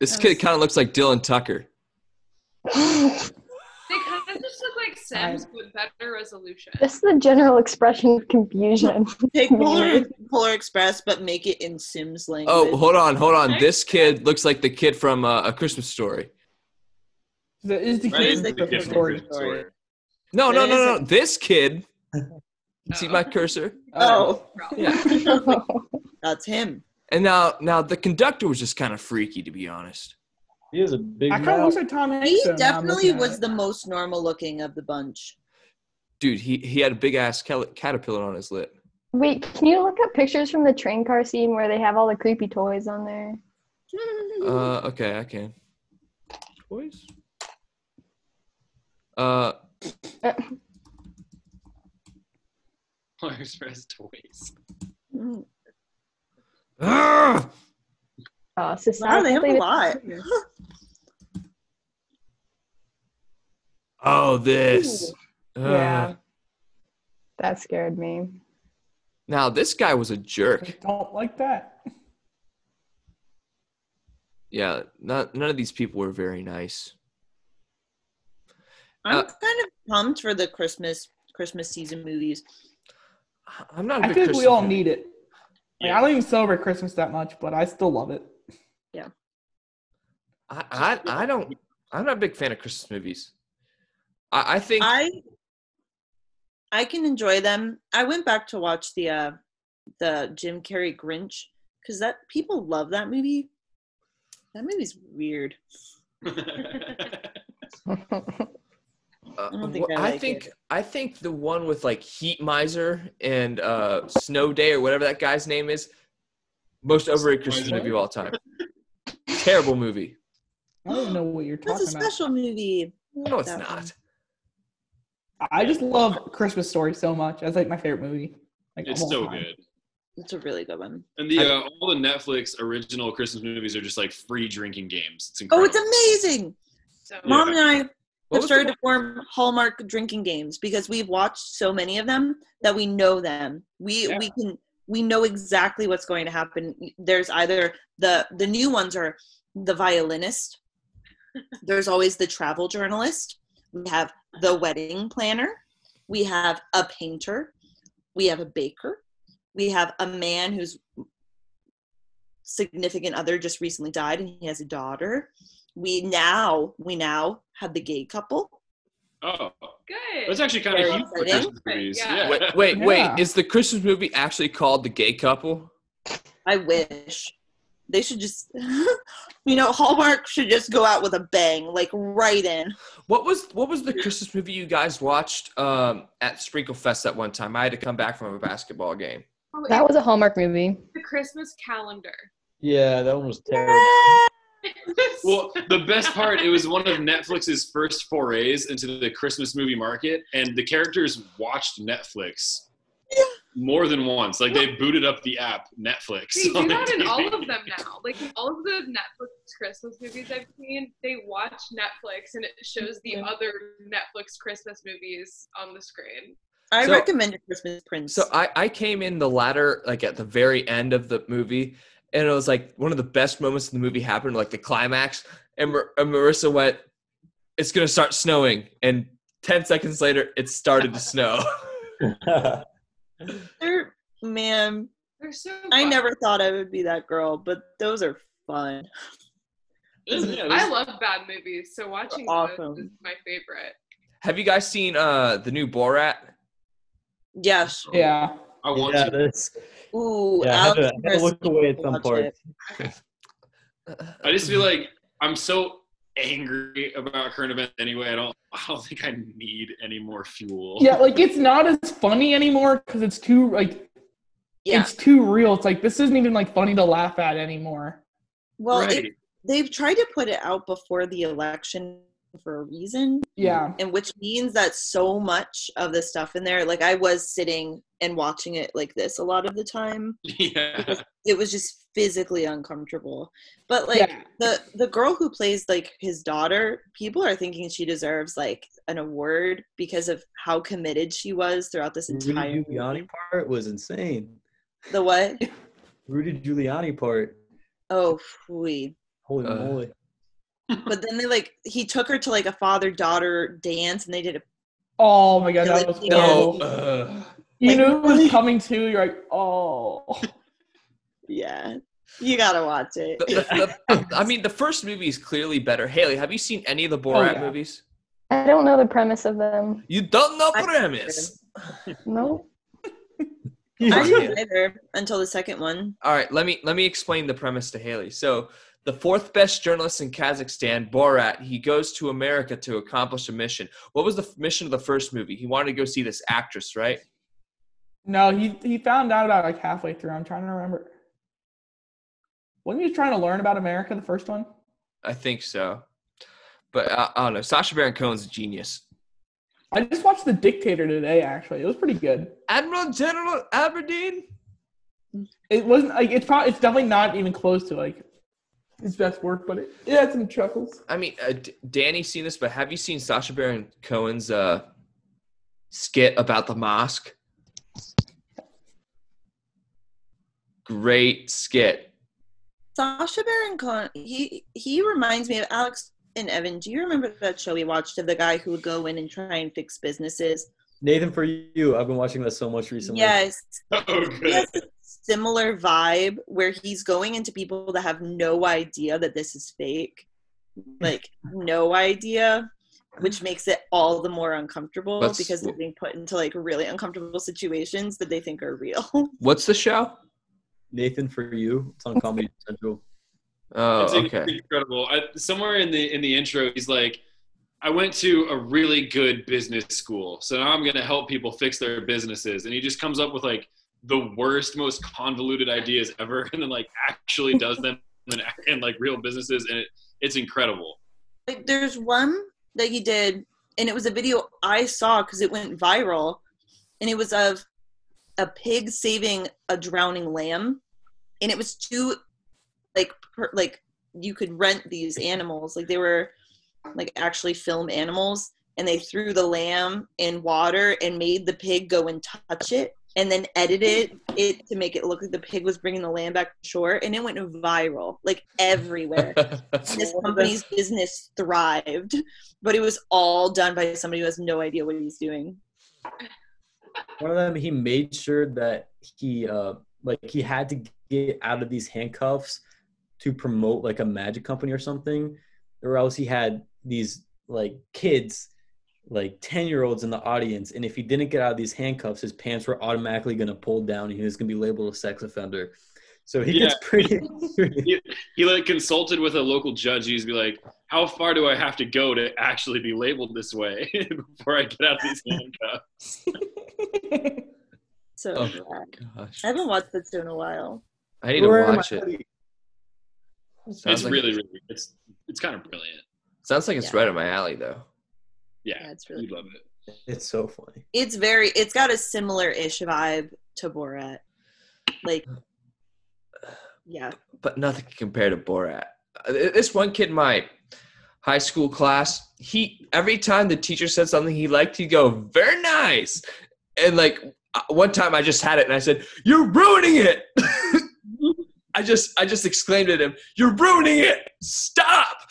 Speaker 1: This
Speaker 5: That
Speaker 1: kid
Speaker 5: was-
Speaker 1: kind of looks like Dylan Tucker.
Speaker 7: They kind of just look like Sims with better resolution.
Speaker 8: Just the general expression of confusion.
Speaker 5: Take Polar, Polar Express, but make it in Sims language.
Speaker 1: Oh, hold on, hold on. This kid looks like the kid from uh, A Christmas Story.
Speaker 2: That is the
Speaker 5: Right,
Speaker 2: kid
Speaker 5: it's
Speaker 2: from
Speaker 5: the
Speaker 2: the
Speaker 5: kid from
Speaker 2: story.
Speaker 5: Christmas Story.
Speaker 1: No, no,
Speaker 5: There
Speaker 1: no, no.
Speaker 5: is
Speaker 1: This kid. See my cursor?
Speaker 5: Oh,
Speaker 1: Yeah.
Speaker 5: that's him.
Speaker 1: And now, now the conductor was just kind of freaky, to be honest.
Speaker 3: He is a big
Speaker 2: I kind of
Speaker 3: mouth.
Speaker 2: wish like Tom Hanks.
Speaker 5: He
Speaker 2: though, now I'm
Speaker 5: definitely
Speaker 2: looking at
Speaker 5: was
Speaker 2: it.
Speaker 5: the most normal looking of the bunch.
Speaker 1: Dude, he he had a big ass cal- caterpillar on his lip.
Speaker 8: Wait, can you look up pictures from the train car scene where they have all the creepy toys on there?
Speaker 1: Uh, okay, I can. Toys. Uh,
Speaker 6: Polar Express toys.
Speaker 5: Mm-hmm.
Speaker 1: ah!
Speaker 8: Oh,
Speaker 5: wow, they have a
Speaker 8: society.
Speaker 5: lot.
Speaker 1: Uh, oh, this.
Speaker 8: Yeah.
Speaker 1: Ah.
Speaker 8: That scared me.
Speaker 1: Now this guy was a jerk.
Speaker 2: I don't like that.
Speaker 1: Yeah, not, none of these people were very nice.
Speaker 5: I'm
Speaker 1: Uh,
Speaker 5: kind of pumped for the Christmas Christmas season movies.
Speaker 1: I- I'm not. a
Speaker 2: I
Speaker 1: big
Speaker 2: think we
Speaker 1: Christmas
Speaker 2: all
Speaker 1: fan.
Speaker 2: need it. Like, I don't even celebrate Christmas that much, but I still love it.
Speaker 1: I, I I don't. I'm not a big fan of Christmas movies. I, I think
Speaker 5: I I can enjoy them. I went back to watch the uh the Jim Carrey Grinch because that people love that movie. That movie's weird.
Speaker 1: uh,
Speaker 5: I don't
Speaker 1: wh-
Speaker 5: think I like it.
Speaker 1: think I think the one with like Heat Miser and uh, Snow Day or whatever that guy's name is, most overrated Christmas
Speaker 6: Miser.
Speaker 1: movie of all time. Terrible movie.
Speaker 2: I don't even know what you're
Speaker 5: That's
Speaker 2: talking
Speaker 5: a special movie. I
Speaker 1: No,
Speaker 5: like
Speaker 1: it's
Speaker 5: that one.
Speaker 1: not.
Speaker 2: about. I just love Christmas Story so much. That's like my favorite movie. Like, of
Speaker 6: it's
Speaker 2: all
Speaker 6: so
Speaker 2: time.
Speaker 6: good.
Speaker 5: It's a really good one.
Speaker 6: And the uh, all the Netflix original Christmas movies are just like free drinking games. It's
Speaker 5: Oh,
Speaker 6: incredible.
Speaker 5: it's amazing!
Speaker 7: So
Speaker 5: Mom and I have
Speaker 1: was
Speaker 5: started
Speaker 1: the-
Speaker 5: to form Hallmark drinking games because we've watched so many of them that we know them. We
Speaker 6: Yeah.
Speaker 5: we can we know exactly what's going to happen. There's either the the new ones are the violinist. There's always the travel journalist. We have the wedding planner. We have a painter. We have a baker. We have a man whose significant other just recently died and he has a daughter. We now we now have the gay couple.
Speaker 6: Oh,
Speaker 7: Good.
Speaker 6: that's actually kind
Speaker 5: Very
Speaker 6: of huge for
Speaker 5: exciting.
Speaker 6: Christmas movies.
Speaker 7: Yeah.
Speaker 6: Yeah.
Speaker 1: Wait, wait,
Speaker 2: Yeah.
Speaker 1: wait. Is the Christmas movie actually called The Gay Couple?
Speaker 5: I wish. They should just, you know, Hallmark should just go out with a bang, like right in.
Speaker 1: What was what was the Christmas movie you guys watched um, at Sprinkle Fest that one time? I had to come back from a basketball game.
Speaker 7: Oh,
Speaker 8: That
Speaker 7: it's
Speaker 8: was a Hallmark movie.
Speaker 7: the Christmas calendar.
Speaker 3: Yeah, that one was terrible.
Speaker 6: Well, the best part, it was one of Netflix's first forays into the Christmas movie market, and the characters watched Netflix
Speaker 5: Yeah.
Speaker 6: more than once. Like they booted up the app Netflix.
Speaker 7: They do
Speaker 6: on
Speaker 7: that
Speaker 6: their
Speaker 7: in all
Speaker 6: TV.
Speaker 7: of them now. Like in all of the Netflix Christmas movies I've seen, they watch Netflix and it shows the
Speaker 5: Yeah.
Speaker 7: other Netflix Christmas movies on the screen.
Speaker 5: I
Speaker 1: So-
Speaker 5: recommend your Christmas Prince.
Speaker 3: uh,
Speaker 1: So I, I came in the latter, like at the very end of the movie, and it was like one of the best moments in the movie happened, like the climax. And, Mar- and Marissa went, "It's gonna start snowing," and ten seconds later, it started to snow.
Speaker 5: They're- man,
Speaker 7: They're so.
Speaker 5: I
Speaker 7: fun.
Speaker 5: never thought I would be that girl, but those are fun.
Speaker 6: Yeah,
Speaker 7: I
Speaker 6: this-
Speaker 7: love bad movies, so watching
Speaker 5: Awesome.
Speaker 7: those is my favorite.
Speaker 1: Have you guys seen uh the new Borat?
Speaker 5: Yes.
Speaker 2: Yeah.
Speaker 6: I want
Speaker 3: yeah,
Speaker 6: to.
Speaker 3: that's,
Speaker 5: Ooh,
Speaker 3: yeah, I had
Speaker 5: Alex
Speaker 3: to, I had to
Speaker 5: Harris
Speaker 3: look
Speaker 5: needs
Speaker 3: away
Speaker 5: to
Speaker 3: at some
Speaker 5: watch
Speaker 3: parts.
Speaker 5: it.
Speaker 6: I just feel like I'm so angry about current events anyway. I don't. I don't think I need any more fuel.
Speaker 2: Yeah, like it's not as funny anymore because it's too like
Speaker 5: Yeah.
Speaker 2: it's too real. It's like this isn't even like funny to laugh at anymore.
Speaker 5: well,
Speaker 6: right.
Speaker 5: it- they've tried to put it out before the election for a reason.
Speaker 2: Yeah.
Speaker 5: and which means that so much of the stuff in there like i was sitting and watching it like this a lot of the time
Speaker 6: yeah.
Speaker 5: it was just physically uncomfortable but like
Speaker 2: yeah.
Speaker 5: the the girl who plays like his daughter people are thinking she deserves like an award because of how committed she was throughout this entire
Speaker 3: Rudy Giuliani
Speaker 5: movie.
Speaker 3: part was insane.
Speaker 5: the what
Speaker 3: Rudy Giuliani part.
Speaker 5: oh we
Speaker 3: Holy
Speaker 1: Uh,
Speaker 3: moly.
Speaker 5: but then they like he took her to like a father daughter dance and they did a
Speaker 2: Oh my god, that was
Speaker 5: Yeah.
Speaker 1: no.
Speaker 2: horrible.
Speaker 1: uh,
Speaker 2: You
Speaker 5: Like,
Speaker 2: knew it
Speaker 5: really?
Speaker 2: was coming too. You're like, oh.
Speaker 5: yeah you gotta watch it
Speaker 1: the- the- the- I mean, the first movie is clearly better. Haley, have you seen any of the Borat
Speaker 2: yeah.
Speaker 1: movies?
Speaker 8: I don't know the premise of them.
Speaker 1: You don't know
Speaker 5: I-
Speaker 1: premise.
Speaker 8: No.
Speaker 5: i
Speaker 1: Yeah.
Speaker 5: didn't either until the second one
Speaker 1: All right, let me let me explain the premise to Haley. So, the fourth best journalist in Kazakhstan, Borat, he goes to America to accomplish a mission. What was the f- mission of the first movie? He wanted to go see this actress, right?
Speaker 2: No, he he found out about it, like halfway through. I'm trying to remember. Wasn't he trying to learn about America the first one?
Speaker 1: I think so. But uh, I don't know. Sasha Baron Cohen's a genius.
Speaker 2: I just watched The Dictator today. Actually, it was pretty good.
Speaker 1: Admiral General Aberdeen.
Speaker 2: It wasn't like it's probably it's definitely not even close to like his best work, but it, it had some chuckles.
Speaker 1: I mean, uh, D- Danny's seen this, but have you seen Sasha Baron Cohen's uh, skit about the mosque? Great skit.
Speaker 5: Sasha Baron Cohen, he he reminds me of Alex and Evan. Do you remember that show we watched of the guy who would go in and try and fix businesses?
Speaker 3: Nathan, for you, I've been watching that so much recently.
Speaker 5: Yes,
Speaker 6: Oh,
Speaker 5: he
Speaker 6: good.
Speaker 5: has a similar vibe where he's going into people that have no idea that this is fake, like no idea, which makes it all the more uncomfortable
Speaker 1: That's-
Speaker 5: because they're being put into like really uncomfortable situations that they think are real.
Speaker 1: What's the show?
Speaker 3: Nathan, for you, it's on Comedy Central.
Speaker 1: Oh,
Speaker 6: It's
Speaker 1: okay.
Speaker 6: incredible. I, somewhere in the in the intro, he's like, "I went to a really good business school, so now I'm going to help people fix their businesses." And he just comes up with like the worst, most convoluted ideas ever, and then like actually does them in, in like real businesses, and it, it's incredible.
Speaker 5: Like, there's one that he did, and it was a video I saw because it went viral, and it was of a pig saving a drowning lamb, and it was two, like, per, like you could rent these animals, like they were like actually film animals and they threw the lamb in water and made the pig go and touch it and then edited it to make it look like the pig was bringing the lamb back to shore and it went viral like everywhere this company's business thrived but it was all done by somebody who has no idea what he's doing
Speaker 3: One of them, he made sure that he uh like he had to get out of these handcuffs to promote like a magic company or something, or else he had these like kids, like ten year olds in the audience, and if he didn't get out of these handcuffs, his pants were automatically gonna pull down, and he was gonna be labeled a sex offender. So he gets pretty.
Speaker 6: He like consulted with a local judge. He'd be like, "How far do I have to go to actually be labeled this way before I get out these handcuffs?"
Speaker 5: so
Speaker 1: Oh.
Speaker 5: yeah.
Speaker 1: Gosh,
Speaker 5: i haven't watched that show in a while
Speaker 1: I need to
Speaker 3: Where am
Speaker 1: watch
Speaker 3: I?
Speaker 1: it.
Speaker 6: It's
Speaker 1: Sounds like,
Speaker 6: really, really, it's it's kind of brilliant.
Speaker 1: sounds like it's
Speaker 5: Yeah.
Speaker 1: right up my alley though.
Speaker 6: Yeah,
Speaker 5: yeah it's
Speaker 6: you
Speaker 5: really
Speaker 6: love it.
Speaker 3: It's so funny.
Speaker 5: it's very it's got a similar ish vibe to borat like yeah
Speaker 1: but nothing can compare to Borat. Uh, This one kid in my high school class, he every time the teacher said something he liked, he'd go, "Very nice," and like uh, one time I just had it and I said, "You're ruining it." I just I just exclaimed at him, "You're ruining it! Stop!"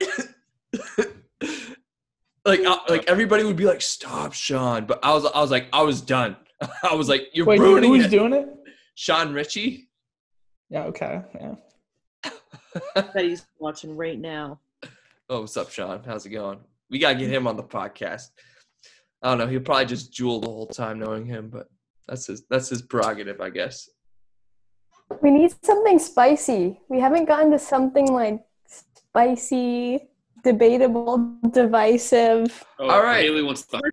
Speaker 1: like uh, like everybody would be like, "Stop, Sean!" But I was I was like I was done. I was like, "You're
Speaker 2: Wait, who-
Speaker 1: ruining
Speaker 2: who's
Speaker 1: it."
Speaker 2: doing it?
Speaker 1: Sean Ritchie.
Speaker 2: Yeah, okay. Yeah.
Speaker 5: that he's watching right now
Speaker 1: Oh, what's up, Sean? How's it going? We gotta get him on the podcast. I don't know. He'll probably just jewel the whole time knowing him, but that's his that's his prerogative, I guess.
Speaker 8: We need something spicy. We haven't gotten to something like spicy, debatable, divisive.
Speaker 6: Oh,
Speaker 1: All right.
Speaker 6: Haley wants the hot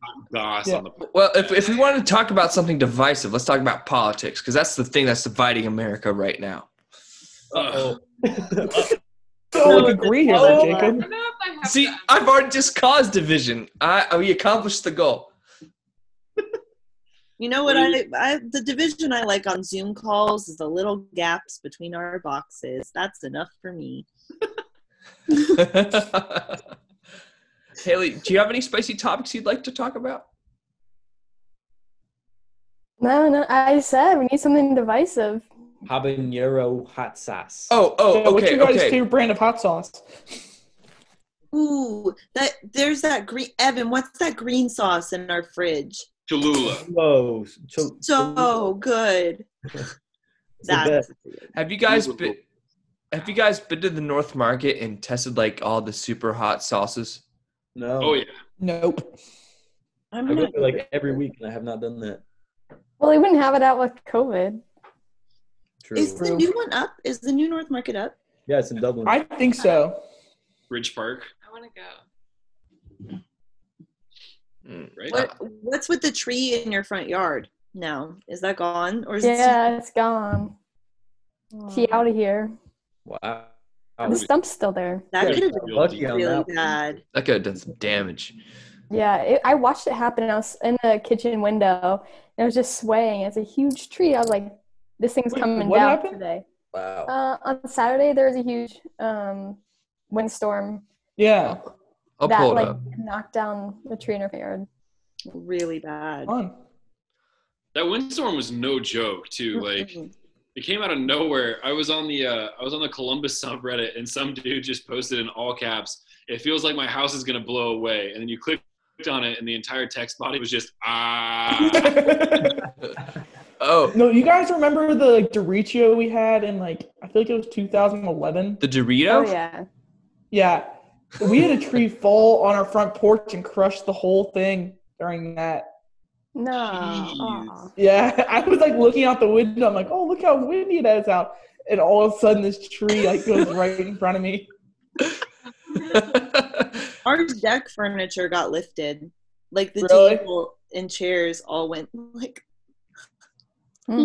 Speaker 6: goss on the.
Speaker 1: Well, if if we want to talk about something divisive, let's talk about politics because that's the thing that's dividing America right now.
Speaker 6: Ugh.
Speaker 2: So we agree here,
Speaker 3: Oh.
Speaker 7: I
Speaker 2: Jacob.
Speaker 7: don't know if I have
Speaker 1: See,
Speaker 7: that.
Speaker 1: I've already just caused division. I we accomplished the goal.
Speaker 5: You know what I, I the division I like on Zoom calls is the little gaps between our boxes. That's enough for me.
Speaker 1: Haley, do you have any spicy topics you'd like to talk about?
Speaker 8: No, no, I said we need something divisive.
Speaker 3: Habanero hot sauce.
Speaker 1: Oh, oh,
Speaker 2: So what's
Speaker 1: okay,
Speaker 2: your guys'
Speaker 1: okay.
Speaker 2: favorite brand of hot sauce?
Speaker 5: Ooh, that there's that green Evan, what's that green sauce in our fridge?
Speaker 6: Cholula.
Speaker 3: Whoa. Chil-
Speaker 5: So good.
Speaker 3: It's the
Speaker 5: That's
Speaker 1: Have you guys
Speaker 6: Unbelievable.
Speaker 1: been? Have you guys been to the North Market and tested like all the super hot sauces?
Speaker 3: no.
Speaker 6: Oh yeah.
Speaker 2: Nope.
Speaker 5: I'm
Speaker 3: I go
Speaker 5: not
Speaker 3: there like every week, and I have not done that.
Speaker 8: Well, they wouldn't have it out with COVID.
Speaker 3: True.
Speaker 5: Is the new one up? Is the new North Market up?
Speaker 3: yeah, it's in Dublin.
Speaker 2: I think so.
Speaker 6: Ridge Park,
Speaker 7: I want to go.
Speaker 1: Mm.
Speaker 6: right?
Speaker 5: What what's with the tree in your front yard now? Is that gone? Or is
Speaker 8: Yeah, it's gone. See out of here.
Speaker 3: wow.
Speaker 8: The stump's still there.
Speaker 5: it, that
Speaker 3: Yeah,
Speaker 5: could have
Speaker 6: Guilty.
Speaker 5: been
Speaker 3: Lucky on
Speaker 5: really
Speaker 3: that.
Speaker 5: bad.
Speaker 1: That could have done some damage.
Speaker 8: Yeah, it, I watched it happen. and I was in the kitchen window, and it was just swaying. It's a huge tree. I was like, "This thing's
Speaker 2: Wait,
Speaker 8: coming
Speaker 2: what
Speaker 8: down
Speaker 2: happened?
Speaker 8: today."
Speaker 3: Wow.
Speaker 8: Uh, on Saturday, there was a huge um, windstorm
Speaker 2: Yeah.
Speaker 1: I'll
Speaker 8: that
Speaker 1: pull it
Speaker 8: like
Speaker 1: up.
Speaker 8: knocked down the tree in our yard.
Speaker 5: Really bad.
Speaker 2: Fun.
Speaker 6: That windstorm was no joke too. Like
Speaker 5: Mm-mm.
Speaker 6: it came out of nowhere. I was on the uh, I was on the Columbus subreddit, and some dude just posted in all caps. It feels like my house is gonna blow away, and then you clicked on it, and the entire text body was just ah.
Speaker 1: Oh,
Speaker 2: No, you guys remember the like, Doricho we had in like I feel like it was 2011.
Speaker 1: the Dorito.
Speaker 8: Oh yeah,
Speaker 2: Yeah, we had a tree fall on our front porch and crush the whole thing during that.
Speaker 8: no.
Speaker 6: Jeez.
Speaker 8: aw.
Speaker 2: Yeah, I was like looking out the window. I'm like, oh, look how windy it is out. And all of a sudden, this tree like goes right in front of me.
Speaker 5: Our deck furniture got lifted. Like the
Speaker 2: Really?
Speaker 5: table and chairs all went like
Speaker 6: I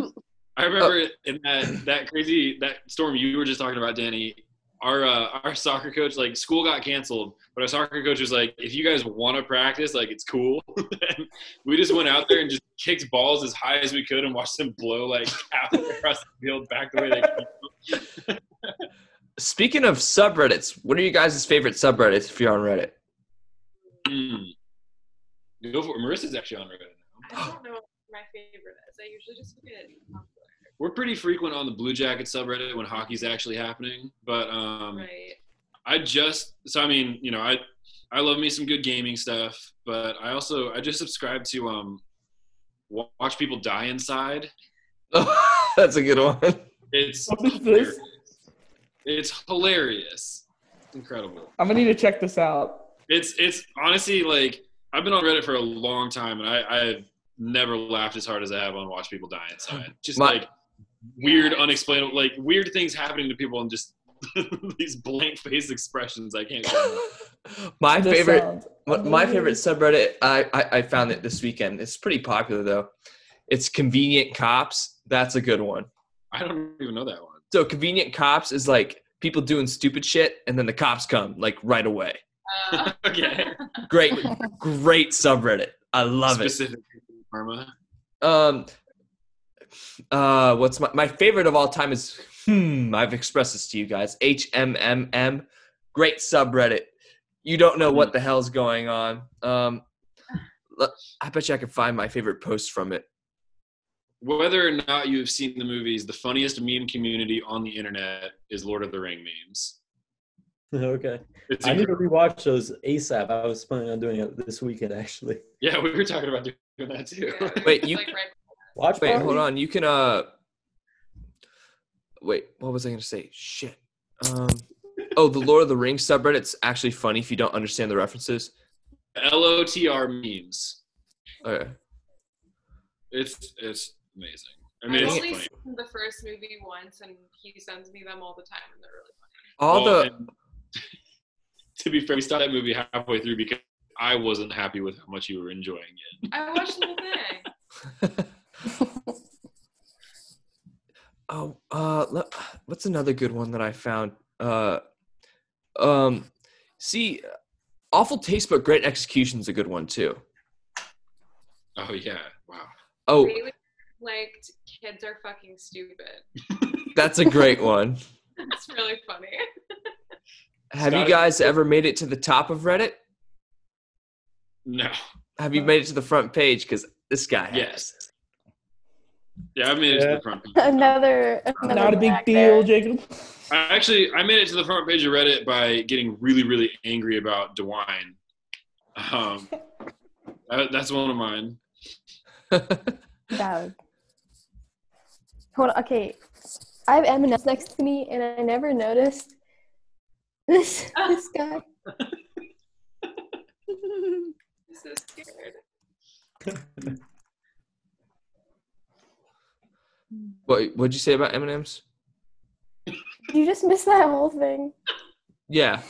Speaker 6: remember in that that crazy that storm you were just talking about, Danny. Our uh, our soccer coach like school got canceled, but our soccer coach was like, if you guys want to practice, like it's cool. And we just went out there and just kicked balls as high as we could and watched them blow like half across the field back the way they.
Speaker 1: Speaking of subreddits, what are you guys' favorite subreddits if you're on Reddit?
Speaker 6: Mm. Go for it. Marissa's actually on Reddit now.
Speaker 7: I don't know what my favorite is. I usually just look at popular.
Speaker 6: We're pretty frequent on the Blue Jackets subreddit when hockey's actually happening, but um,
Speaker 7: Right.
Speaker 6: I just so I mean, you know, I I love me some good gaming stuff, but I also I just subscribe to um wa- watch people die inside.
Speaker 1: That's a good one.
Speaker 6: It's
Speaker 2: What is this?
Speaker 6: it's hilarious. It's incredible.
Speaker 2: I'm gonna need to check this out.
Speaker 6: It's it's honestly like I've been on Reddit for a long time and I, I've never laughed as hard as I have on watch people die inside. Just
Speaker 1: My-
Speaker 6: like weird, unexplainable like weird things happening to people and just these blank face expressions I can't
Speaker 1: my
Speaker 2: This
Speaker 1: favorite
Speaker 2: sounds
Speaker 1: What my favorite
Speaker 2: amazing.
Speaker 1: subreddit, I, I I found it this weekend. It's pretty popular though. It's convenient cops. That's a good one.
Speaker 6: I don't even know that one.
Speaker 1: So convenient cops is like people doing stupid shit, and then the cops come like right away.
Speaker 7: Uh,
Speaker 6: Okay.
Speaker 1: Great, great subreddit. I love it.
Speaker 6: Specific karma.
Speaker 1: Um, uh, what's my my favorite of all time is hmm. I've expressed this to you guys. HMMM, great subreddit. You don't know what the hell's going on. Um, l- I bet you I could find my favorite post from it.
Speaker 6: whether or not you have seen the movies, the funniest meme community on the internet is Lord of the Ring memes.
Speaker 3: okay.
Speaker 6: It's
Speaker 3: I need to
Speaker 6: incredible.
Speaker 3: rewatch those ASAP. I was planning on doing it this weekend actually.
Speaker 6: yeah, we were talking about doing that too.
Speaker 7: yeah, it
Speaker 1: Wait,
Speaker 7: was,
Speaker 1: you-
Speaker 7: Like, right
Speaker 3: Watch
Speaker 1: Wait,
Speaker 3: party?
Speaker 1: hold on. You can uh. Wait, what was I gonna say? Shit. Um. Oh, the Lord of the Rings subreddit's actually funny if you don't understand the references.
Speaker 6: LOTR memes.
Speaker 1: Okay.
Speaker 6: It's it's amazing. I
Speaker 7: I've
Speaker 6: mean, it's
Speaker 7: only
Speaker 6: funny.
Speaker 7: seen the first movie once, and he sends me them all the time, and they're really funny.
Speaker 1: All
Speaker 6: Well,
Speaker 1: the
Speaker 6: and- to be fair, we stopped that movie halfway through because I wasn't happy with how much you were enjoying it.
Speaker 7: I watched the whole thing.
Speaker 1: Oh, uh, le- what's another good one that I found? Uh, um, see, awful taste but great execution's a good one too.
Speaker 6: Oh yeah, wow.
Speaker 1: Oh,
Speaker 7: They liked kids are fucking stupid.
Speaker 1: that's a great one.
Speaker 7: That's really funny.
Speaker 1: Have you
Speaker 6: Scotty-
Speaker 1: guys ever made it to the top of Reddit?
Speaker 6: No,
Speaker 1: Have you made it to the front page? Because this guy, has.
Speaker 6: Uh-huh. Yes. yeah, I made it to
Speaker 3: Yeah.
Speaker 6: the front.
Speaker 8: another, another
Speaker 2: Not a big
Speaker 8: crack
Speaker 2: deal,
Speaker 8: there.
Speaker 2: Jacob.
Speaker 6: I actually I made it to the front page of Reddit by getting really really angry about Dewine. Um, that- that's one of mine.
Speaker 8: Valid. Hold on. Okay, I have M&M's next to me, and I never noticed this this guy.
Speaker 7: I'm so scared.
Speaker 1: What what'd you say about M and M's?
Speaker 8: You just missed that whole thing.
Speaker 1: Yeah,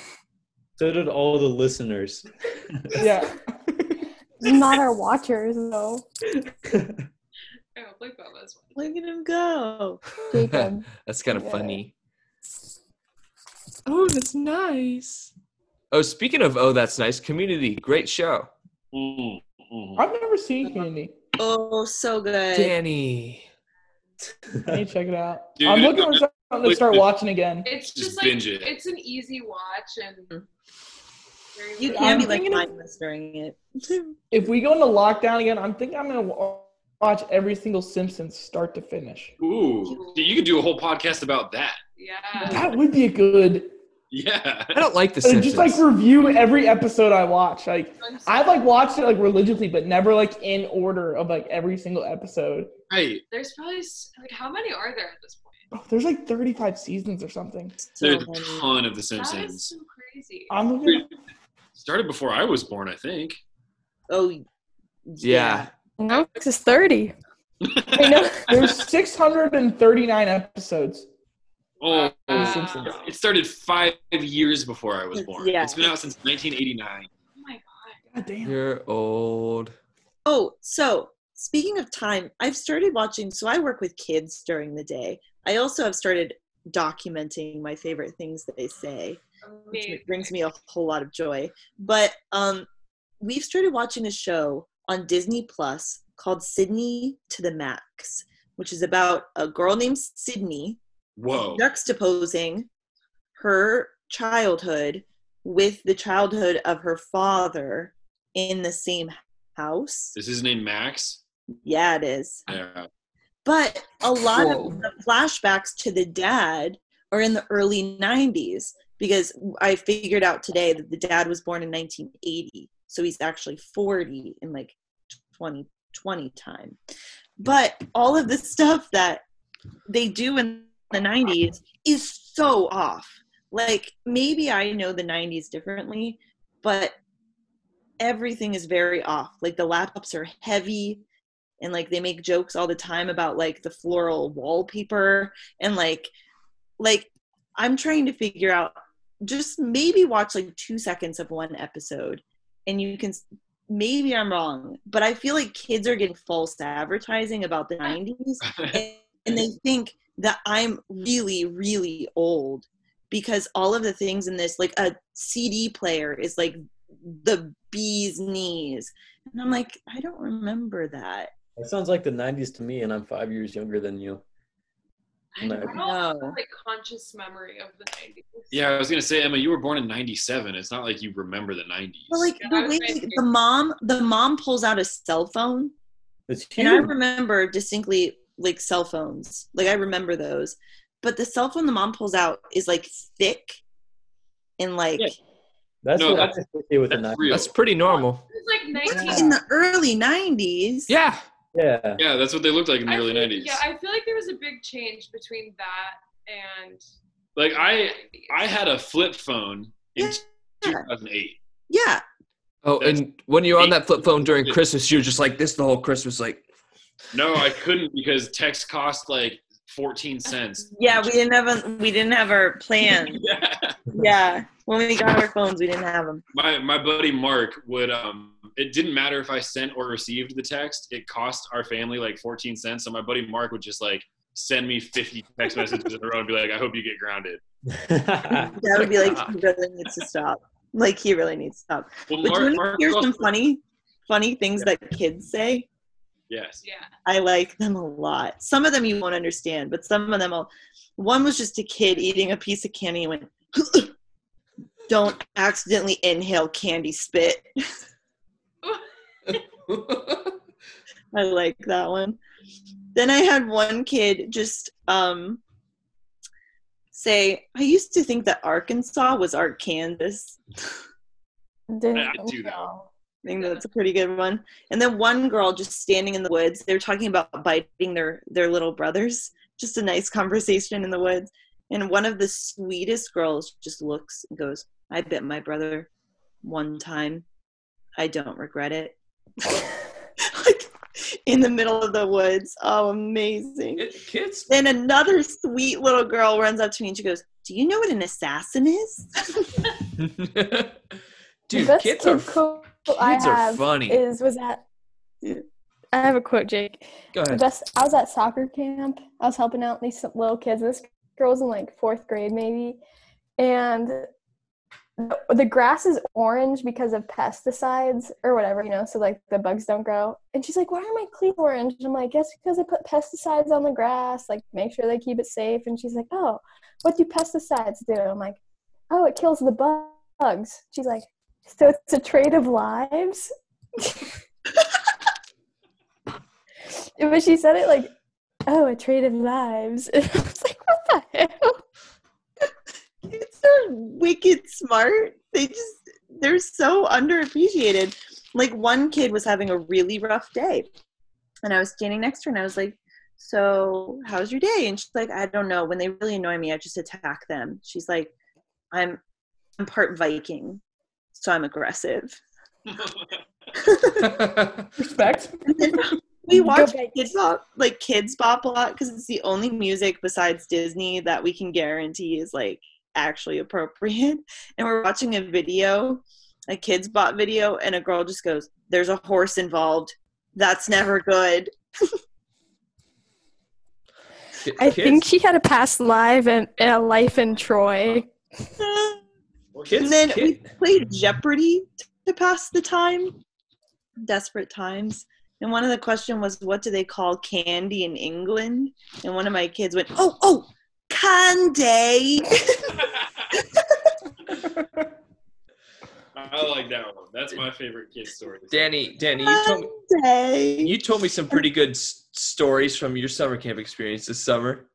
Speaker 3: So did all the listeners.
Speaker 2: Yeah.
Speaker 8: Not our watchers, though.
Speaker 7: I hope like Boba's one.
Speaker 5: Look at him go.
Speaker 8: Jacob.
Speaker 1: that's kind of
Speaker 8: Yeah.
Speaker 1: funny. Oh, that's nice. Oh, speaking of oh, that's nice. Community, great show.
Speaker 6: Mm, mm.
Speaker 2: I've never seen Community.
Speaker 5: Oh, so good.
Speaker 1: Danny.
Speaker 2: I need to check it out.
Speaker 6: Dude,
Speaker 2: I'm looking for something to start
Speaker 6: Dude.
Speaker 2: watching again.
Speaker 7: It's
Speaker 6: Just
Speaker 7: just, like
Speaker 6: binge it.
Speaker 7: it's an easy watch and very
Speaker 5: Mm. You
Speaker 7: little-
Speaker 5: can't be
Speaker 2: I'm
Speaker 5: like
Speaker 2: thinking of-
Speaker 5: mindless during it.
Speaker 2: If we go into lockdown again, I'm thinking I'm gonna wa- watch every single Simpsons start to finish.
Speaker 6: Ooh, Dude, you could do a whole podcast about that.
Speaker 7: yeah.
Speaker 2: That would be good.
Speaker 6: Yeah,
Speaker 1: I don't like the
Speaker 8: Oh,
Speaker 2: And
Speaker 1: Simpsons.
Speaker 2: just like review every episode I watch. Like
Speaker 7: I'm so-
Speaker 2: I've like watched it like religiously, but never like in order of like every single episode.
Speaker 6: right.
Speaker 7: There's probably s- like how many are there at this point?
Speaker 2: Oh, there's like 35 seasons or something.
Speaker 5: So
Speaker 6: There's
Speaker 5: funny.
Speaker 6: a ton of The
Speaker 7: That is
Speaker 6: Simpsons.
Speaker 7: so crazy.
Speaker 2: I'm looking.
Speaker 6: Started before I was born, I think.
Speaker 5: Oh,
Speaker 1: yeah.
Speaker 8: No, this is 30. I know.
Speaker 2: There's 639 episodes.
Speaker 6: Oh,
Speaker 7: Wow.
Speaker 2: uh, Simpsons.
Speaker 6: it started five years before I was
Speaker 7: Mm,
Speaker 6: born.
Speaker 5: Yeah.
Speaker 6: It's been out since 1989.
Speaker 7: Oh my god.
Speaker 2: God damn.
Speaker 1: You're old.
Speaker 5: Oh, so speaking of time, I've started watching. So I work with kids during the day. I also have started documenting my favorite things that they say,
Speaker 7: Amazing.
Speaker 5: which brings me a whole lot of joy. But um, we've started watching a show on Disney Plus called Sydney to the Max, which is about a girl named Sydney
Speaker 6: Oh. Whoa.
Speaker 5: juxtaposing her childhood with the childhood of her father in the same house.
Speaker 6: Is his name Max?
Speaker 5: Yeah, it is.
Speaker 6: Yeah.
Speaker 5: But a lot
Speaker 2: Whoa.
Speaker 5: of the flashbacks to the dad are in the early 90s because I figured out today that the dad was born in 1980. So he's actually 40 in like 2020 time. But all of the stuff that they do in the 90s is so off. Like maybe I know the 90s differently, but everything is very off. Like the laptops are heavy and like they make jokes all the time about like the floral wallpaper and like like I'm trying to figure out just maybe watch like 2 seconds of one episode and you can s- maybe I'm wrong, but I feel like kids are getting false advertising about the 90s and, and they think that I'm really really old because all of the things in this like a CD player is like the bee's knees. And I'm like, I don't remember that.
Speaker 3: That sounds like the 90s to me, and I'm five years younger than you.
Speaker 7: I don't
Speaker 3: No.
Speaker 7: have like conscious memory of the 90s.
Speaker 6: Yeah, I was gonna say, Emma, you were born in '97. It's not like you remember the '90s.
Speaker 5: But like
Speaker 7: Yeah, I
Speaker 5: the
Speaker 7: was
Speaker 5: way
Speaker 7: thinking-
Speaker 5: the mom the mom pulls out a cell phone.
Speaker 3: It's
Speaker 5: And I
Speaker 3: huge.
Speaker 5: remember distinctly like cell phones. Like I remember those. But the cell phone the mom pulls out is like thick and like
Speaker 6: Yeah.
Speaker 3: That's
Speaker 6: No,
Speaker 3: what
Speaker 6: that's-
Speaker 3: I associate with the
Speaker 6: that's
Speaker 3: 90s.
Speaker 6: real.
Speaker 1: That's pretty normal.
Speaker 7: It was like 19.
Speaker 5: in the early nineties.
Speaker 1: Yeah.
Speaker 3: Yeah.
Speaker 6: yeah, that's what they looked like in the
Speaker 7: I
Speaker 6: early
Speaker 7: feel-
Speaker 6: '90s.
Speaker 7: Yeah, I feel like there was a big change between that and
Speaker 6: like I,
Speaker 7: the
Speaker 6: I had a flip phone in 2008.
Speaker 5: Yeah.
Speaker 1: Oh,
Speaker 6: That's-
Speaker 1: and when you're on that flip phone during Christmas, you're just like this the whole Christmas. Like,
Speaker 6: No, I couldn't because text cost like 14 cents.
Speaker 5: Yeah, we didn't have a, we didn't have our plan.
Speaker 6: Yeah.
Speaker 5: yeah. When we got our phones, we didn't have them.
Speaker 6: my my buddy Mark would um it didn't matter if I sent or received the text. It cost our family like 14 cents. So my buddy Mark would just like send me 50 text messages in a row and be like, I hope you get grounded.
Speaker 5: That would be like he really needs to stop. Like he really needs to stop.
Speaker 6: Well,
Speaker 5: But do
Speaker 6: Mark,
Speaker 5: you want
Speaker 6: Mark
Speaker 5: to hear
Speaker 6: was
Speaker 5: some
Speaker 6: also-
Speaker 5: funny, funny things that kids say?
Speaker 6: Yes.
Speaker 7: yeah.
Speaker 5: I like them a lot. Some of them you won't understand, but some of them, I'll, one was just a kid eating a piece of candy and went, "Don't accidentally inhale candy spit." I like that one. Then I had one kid just um, say, "I used to think that Arkansas was Arkansas."
Speaker 6: I do that.
Speaker 5: I think that's a pretty good one. And then one girl just standing in the woods. They're talking about biting their their little brothers. Just a nice conversation in the woods. And one of the sweetest girls just looks and goes, "I bit my brother one time. I don't regret it." like in the middle of the woods. Oh, amazing.
Speaker 1: kids.
Speaker 5: Then another sweet little girl runs up to me and she goes, "Do you know what an assassin is?"
Speaker 1: Dude,
Speaker 8: Best
Speaker 1: kids
Speaker 8: kid
Speaker 1: are
Speaker 8: quote I
Speaker 1: kids are
Speaker 8: have
Speaker 1: funny.
Speaker 8: is was that. I have a quote, Jake.
Speaker 1: Go ahead.
Speaker 8: Best, I was at soccer camp. I was helping out these little kids. And this girl was in like fourth grade, maybe. And the- the grass is orange because of pesticides or whatever, you know, so like the bugs don't grow. And she's like, Why are my cleats orange? And I'm like, Yes, because I put pesticides on the grass, like make sure they keep it safe. And she's like, Oh, what do pesticides do? I'm like, Oh, it kills the bu- bugs. She's like, So it's a trade of lives? but she said it like, oh, a trade of lives. And I was like, what the hell?
Speaker 5: Kids are wicked smart. They just they're so underappreciated. Like one kid was having a really rough day. And I was standing next to her and I was like, So how's your day? And she's like, I don't know. When they really annoy me, I just attack them. She's like, I'm I'm part Viking, so I'm aggressive.
Speaker 2: Respect.
Speaker 5: And then we
Speaker 8: Go
Speaker 5: watch
Speaker 8: Vikings.
Speaker 5: Kids Bop, like Kids Bop a lot because it's the only music besides Disney that we can guarantee is like actually appropriate. And we're watching a video, a Kids Bop video, and a girl just goes, "There's a horse involved. That's never good."
Speaker 1: Ki-
Speaker 8: I
Speaker 1: kids,
Speaker 8: think she had a past life and, and a life in Troy.
Speaker 1: kids,
Speaker 5: and then
Speaker 1: kid-
Speaker 5: we played Jeopardy to pass the time. Desperate times. And one of the question was, what do they call candy in England? And one of my kids went, oh, oh, Hyundai.
Speaker 6: I like that one. That's my favorite kid story.
Speaker 1: Danny, Danny, you told me
Speaker 5: Hyundai.
Speaker 1: you told me some pretty good s- stories from your summer camp experience this summer.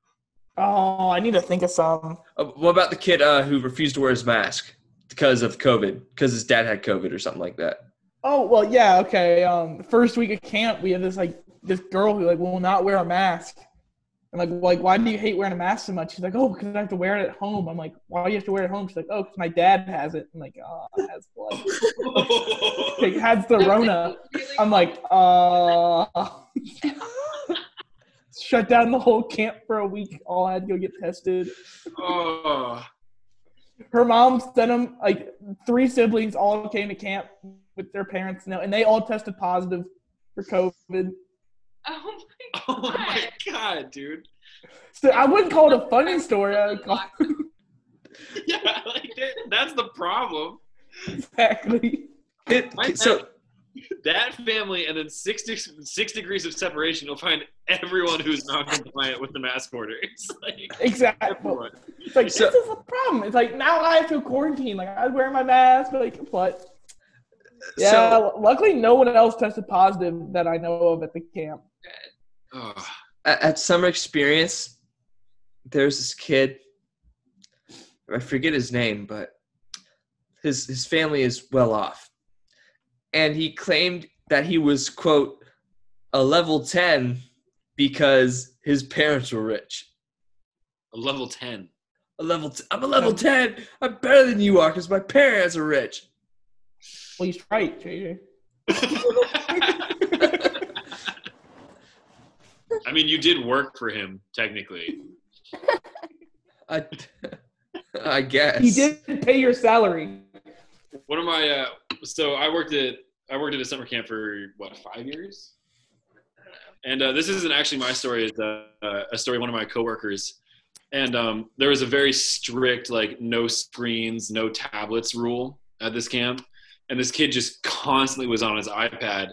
Speaker 2: Oh, I need to think of some.
Speaker 1: Uh, what about the kid uh, who refused to wear his mask because of COVID? Because his dad had COVID or something like that.
Speaker 2: Oh well, yeah, okay. Um, first week of camp, we had this like this girl who like will not wear a mask, and like like why do you hate wearing a mask so much? She's like, oh, because I have to wear it at home. I'm like, why do you have to wear it at home? She's like, oh, because my dad has it. I'm like, oh, has blood. like, has the Rona. I'm like, uh, shut down the whole camp for a week. All had to go get tested.
Speaker 6: oh,
Speaker 2: Her mom sent them like three siblings all came to camp with their parents now, and they all tested positive for COVID.
Speaker 7: Oh my
Speaker 6: oh my god, dude.
Speaker 2: So I wouldn't call it a funny story. I would call
Speaker 6: Yeah, like that, that's the problem.
Speaker 2: exactly.
Speaker 1: It,
Speaker 6: My
Speaker 1: so
Speaker 6: That family, and then six de- six degrees of separation, will find everyone who's not compliant with the mask order. It's like
Speaker 2: Exactly.
Speaker 6: everyone.
Speaker 2: It's like
Speaker 1: So-
Speaker 2: this is the problem. It's like now I have to quarantine. Like I wear my mask, but like what? Yeah.
Speaker 1: so
Speaker 2: luckily, no one else tested positive that I know of at the camp.
Speaker 6: Oh,
Speaker 1: at, at summer experience, there's this kid. I forget his name, but his his family is well off, and he claimed that he was quote a level ten because his parents were rich.
Speaker 6: a level ten.
Speaker 1: A level t- I'm a level ten. I'm better than you are because my parents are rich.
Speaker 2: Well, he's right, JJ.
Speaker 6: I mean, you did work for him technically.
Speaker 1: I, I guess
Speaker 2: He didn't pay your salary.
Speaker 6: One of my uh, so I worked at I worked at a summer camp for what five years, and uh, this isn't actually my story. It's uh, uh, a story of one of my coworkers, and um, there was a very strict like no screens, no tablets rule at this camp, and this kid just constantly was on his iPad,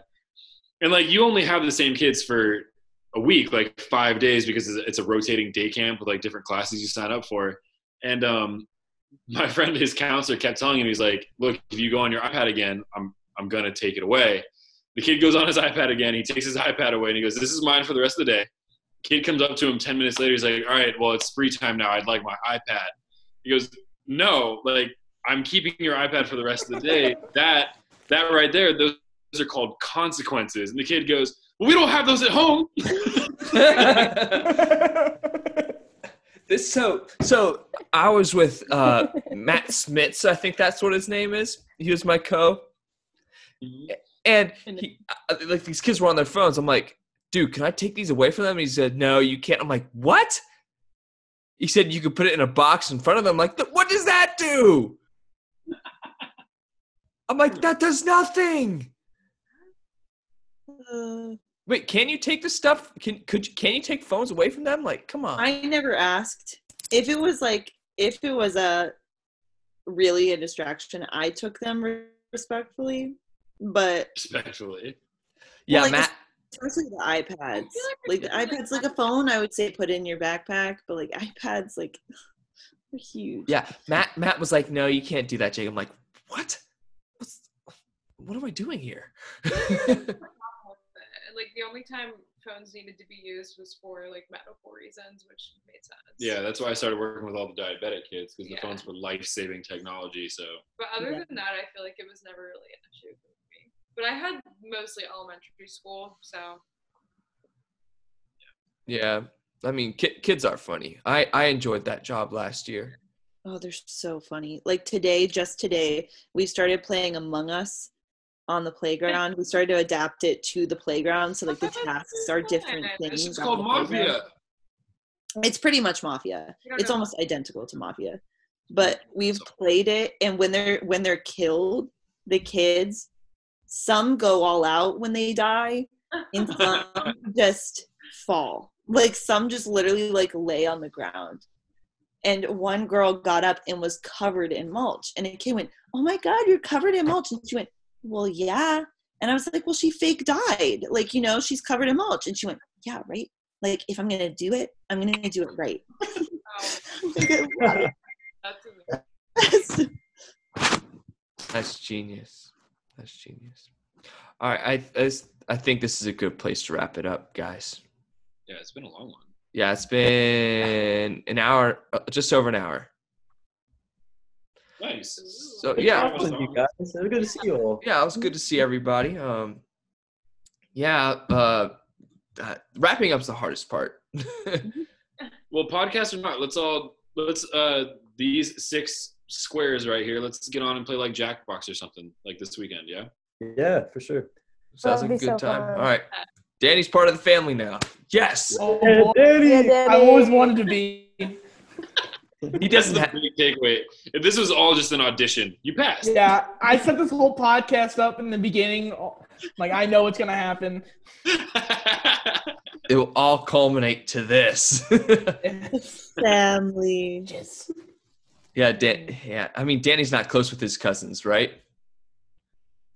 Speaker 6: and like you only have the same kids for a week, like five days, because it's it's a rotating day camp with like different classes you sign up for, and um, my friend, his counselor, kept telling him, he's like, "Look, if you go on your iPad again, I'm I'm gonna take it away." The kid goes on his iPad again. He takes his iPad away and he goes, "This is mine for the rest of the day." Kid comes up to him ten minutes later. He's like, "All right, well, it's free time now. I'd like my iPad." He goes, "No, like I'm keeping your iPad for the rest of the day. That that right there, those, those are called consequences." And the kid goes, "Well, we don't have those at home."
Speaker 1: this so so I was with uh, Matt Smits. I think that's what his name is. He was my co, and he, uh, like these kids were on their phones. I'm like, dude, can I take these away from them? And he said, no, you can't. I'm like, what? He said you could put it in a box in front of them. I'm like, "Th- what does that do? I'm like, that does nothing.
Speaker 5: Uh,
Speaker 1: Wait, can you take the stuff? Can could you, can you take phones away from them? Like, come on.
Speaker 5: I never asked if it was like if it was a really a distraction. I took them re- respectfully, but
Speaker 6: Respectfully,
Speaker 1: yeah,
Speaker 5: like,
Speaker 1: Matt.
Speaker 5: especially the iPads. Like
Speaker 7: like
Speaker 5: the
Speaker 7: we're doing
Speaker 5: iPads, like a phone, I would say put in your backpack, but like iPads, like they're huge.
Speaker 1: Yeah, Matt. Matt was like, "No, you can't do that, Jake." I'm like, "What? What's, what am I doing here?"
Speaker 7: Like the only time phones needed to be used was for like medical reasons, which made sense.
Speaker 6: yeah, that's why I started working with all the diabetic kids because the
Speaker 7: Yeah.
Speaker 6: phones were life-saving technology. So.
Speaker 7: But other
Speaker 5: Yeah.
Speaker 7: than that, I feel like it was never really an issue for me. But I had mostly elementary school, so
Speaker 1: yeah, I mean, ki- kids are funny. I I enjoyed that job last year.
Speaker 5: Oh, they're so funny. Like today, just today, we started playing Among Us on the playground. We started to adapt it to the playground. So like the tasks are different
Speaker 7: This
Speaker 5: things.
Speaker 6: This is
Speaker 5: on
Speaker 6: called
Speaker 5: the playground.
Speaker 6: mafia.
Speaker 5: It's pretty much mafia.
Speaker 7: you don't
Speaker 5: it's
Speaker 7: know.
Speaker 5: almost identical to mafia but we've played it and when they're when they're killed the kids some go all out when they die and some just fall like some just literally like lay on the ground and one girl got up and was covered in mulch and a kid went oh my god you're covered in mulch and she went well yeah and i was like well she fake died like you know she's covered in mulch and she went yeah right like if I'm gonna do it, I'm gonna do it right.
Speaker 7: Oh, that's amazing.
Speaker 1: That's genius. That's genius. All right, I, I s- I think this is a good place to wrap it up, guys.
Speaker 6: Yeah, it's been a long one.
Speaker 1: Yeah, it's been an hour, uh, just over an hour.
Speaker 6: Nice.
Speaker 1: So yeah,
Speaker 3: Talking with you guys. It was good to see you all.
Speaker 1: yeah, it was good to see everybody. Um, yeah, uh, uh, wrapping up's the hardest part.
Speaker 6: Well, podcast or not, let's all let's uh these six squares right here. Let's get on and play like Jackbox or something like this weekend. Yeah.
Speaker 3: Yeah, for sure.
Speaker 1: Sounds
Speaker 8: That'll
Speaker 1: like a
Speaker 8: be
Speaker 1: good
Speaker 8: so
Speaker 1: time.
Speaker 8: fun.
Speaker 1: All right, Danny's part of the family now. Yes,
Speaker 2: Oh, boy.
Speaker 8: Yeah, Daddy.
Speaker 2: I always wanted to be.
Speaker 1: he
Speaker 6: That's
Speaker 1: doesn't.
Speaker 6: the
Speaker 1: Ha-
Speaker 6: big takeaway. If this was all just an audition, you passed.
Speaker 2: Yeah, I set this whole podcast up in the beginning. Oh, Like I know what's gonna happen.
Speaker 1: it will all culminate to this.
Speaker 5: Family.
Speaker 2: Yes.
Speaker 1: yeah, Dan- yeah. I mean, Danny's not close with his cousins, right?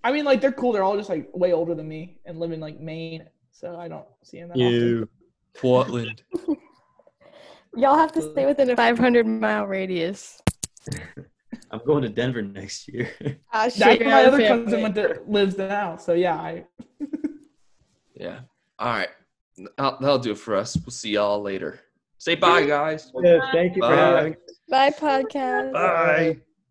Speaker 2: I mean, like they're cool. They're all just like way older than me and live in like Maine, so I don't see them that often.
Speaker 1: Portland.
Speaker 8: Y'all have to stay within a 500 mile radius.
Speaker 3: I'm going to Denver next year.
Speaker 8: Uh,
Speaker 2: That's where my other cousin went to, lives now. So yeah, I,
Speaker 1: Yeah. All right. That'll, that'll do it for us. We'll see y'all later. Say bye, guys.
Speaker 3: yeah, thank you
Speaker 1: for Bye. having
Speaker 8: Bye, podcast.
Speaker 1: Bye.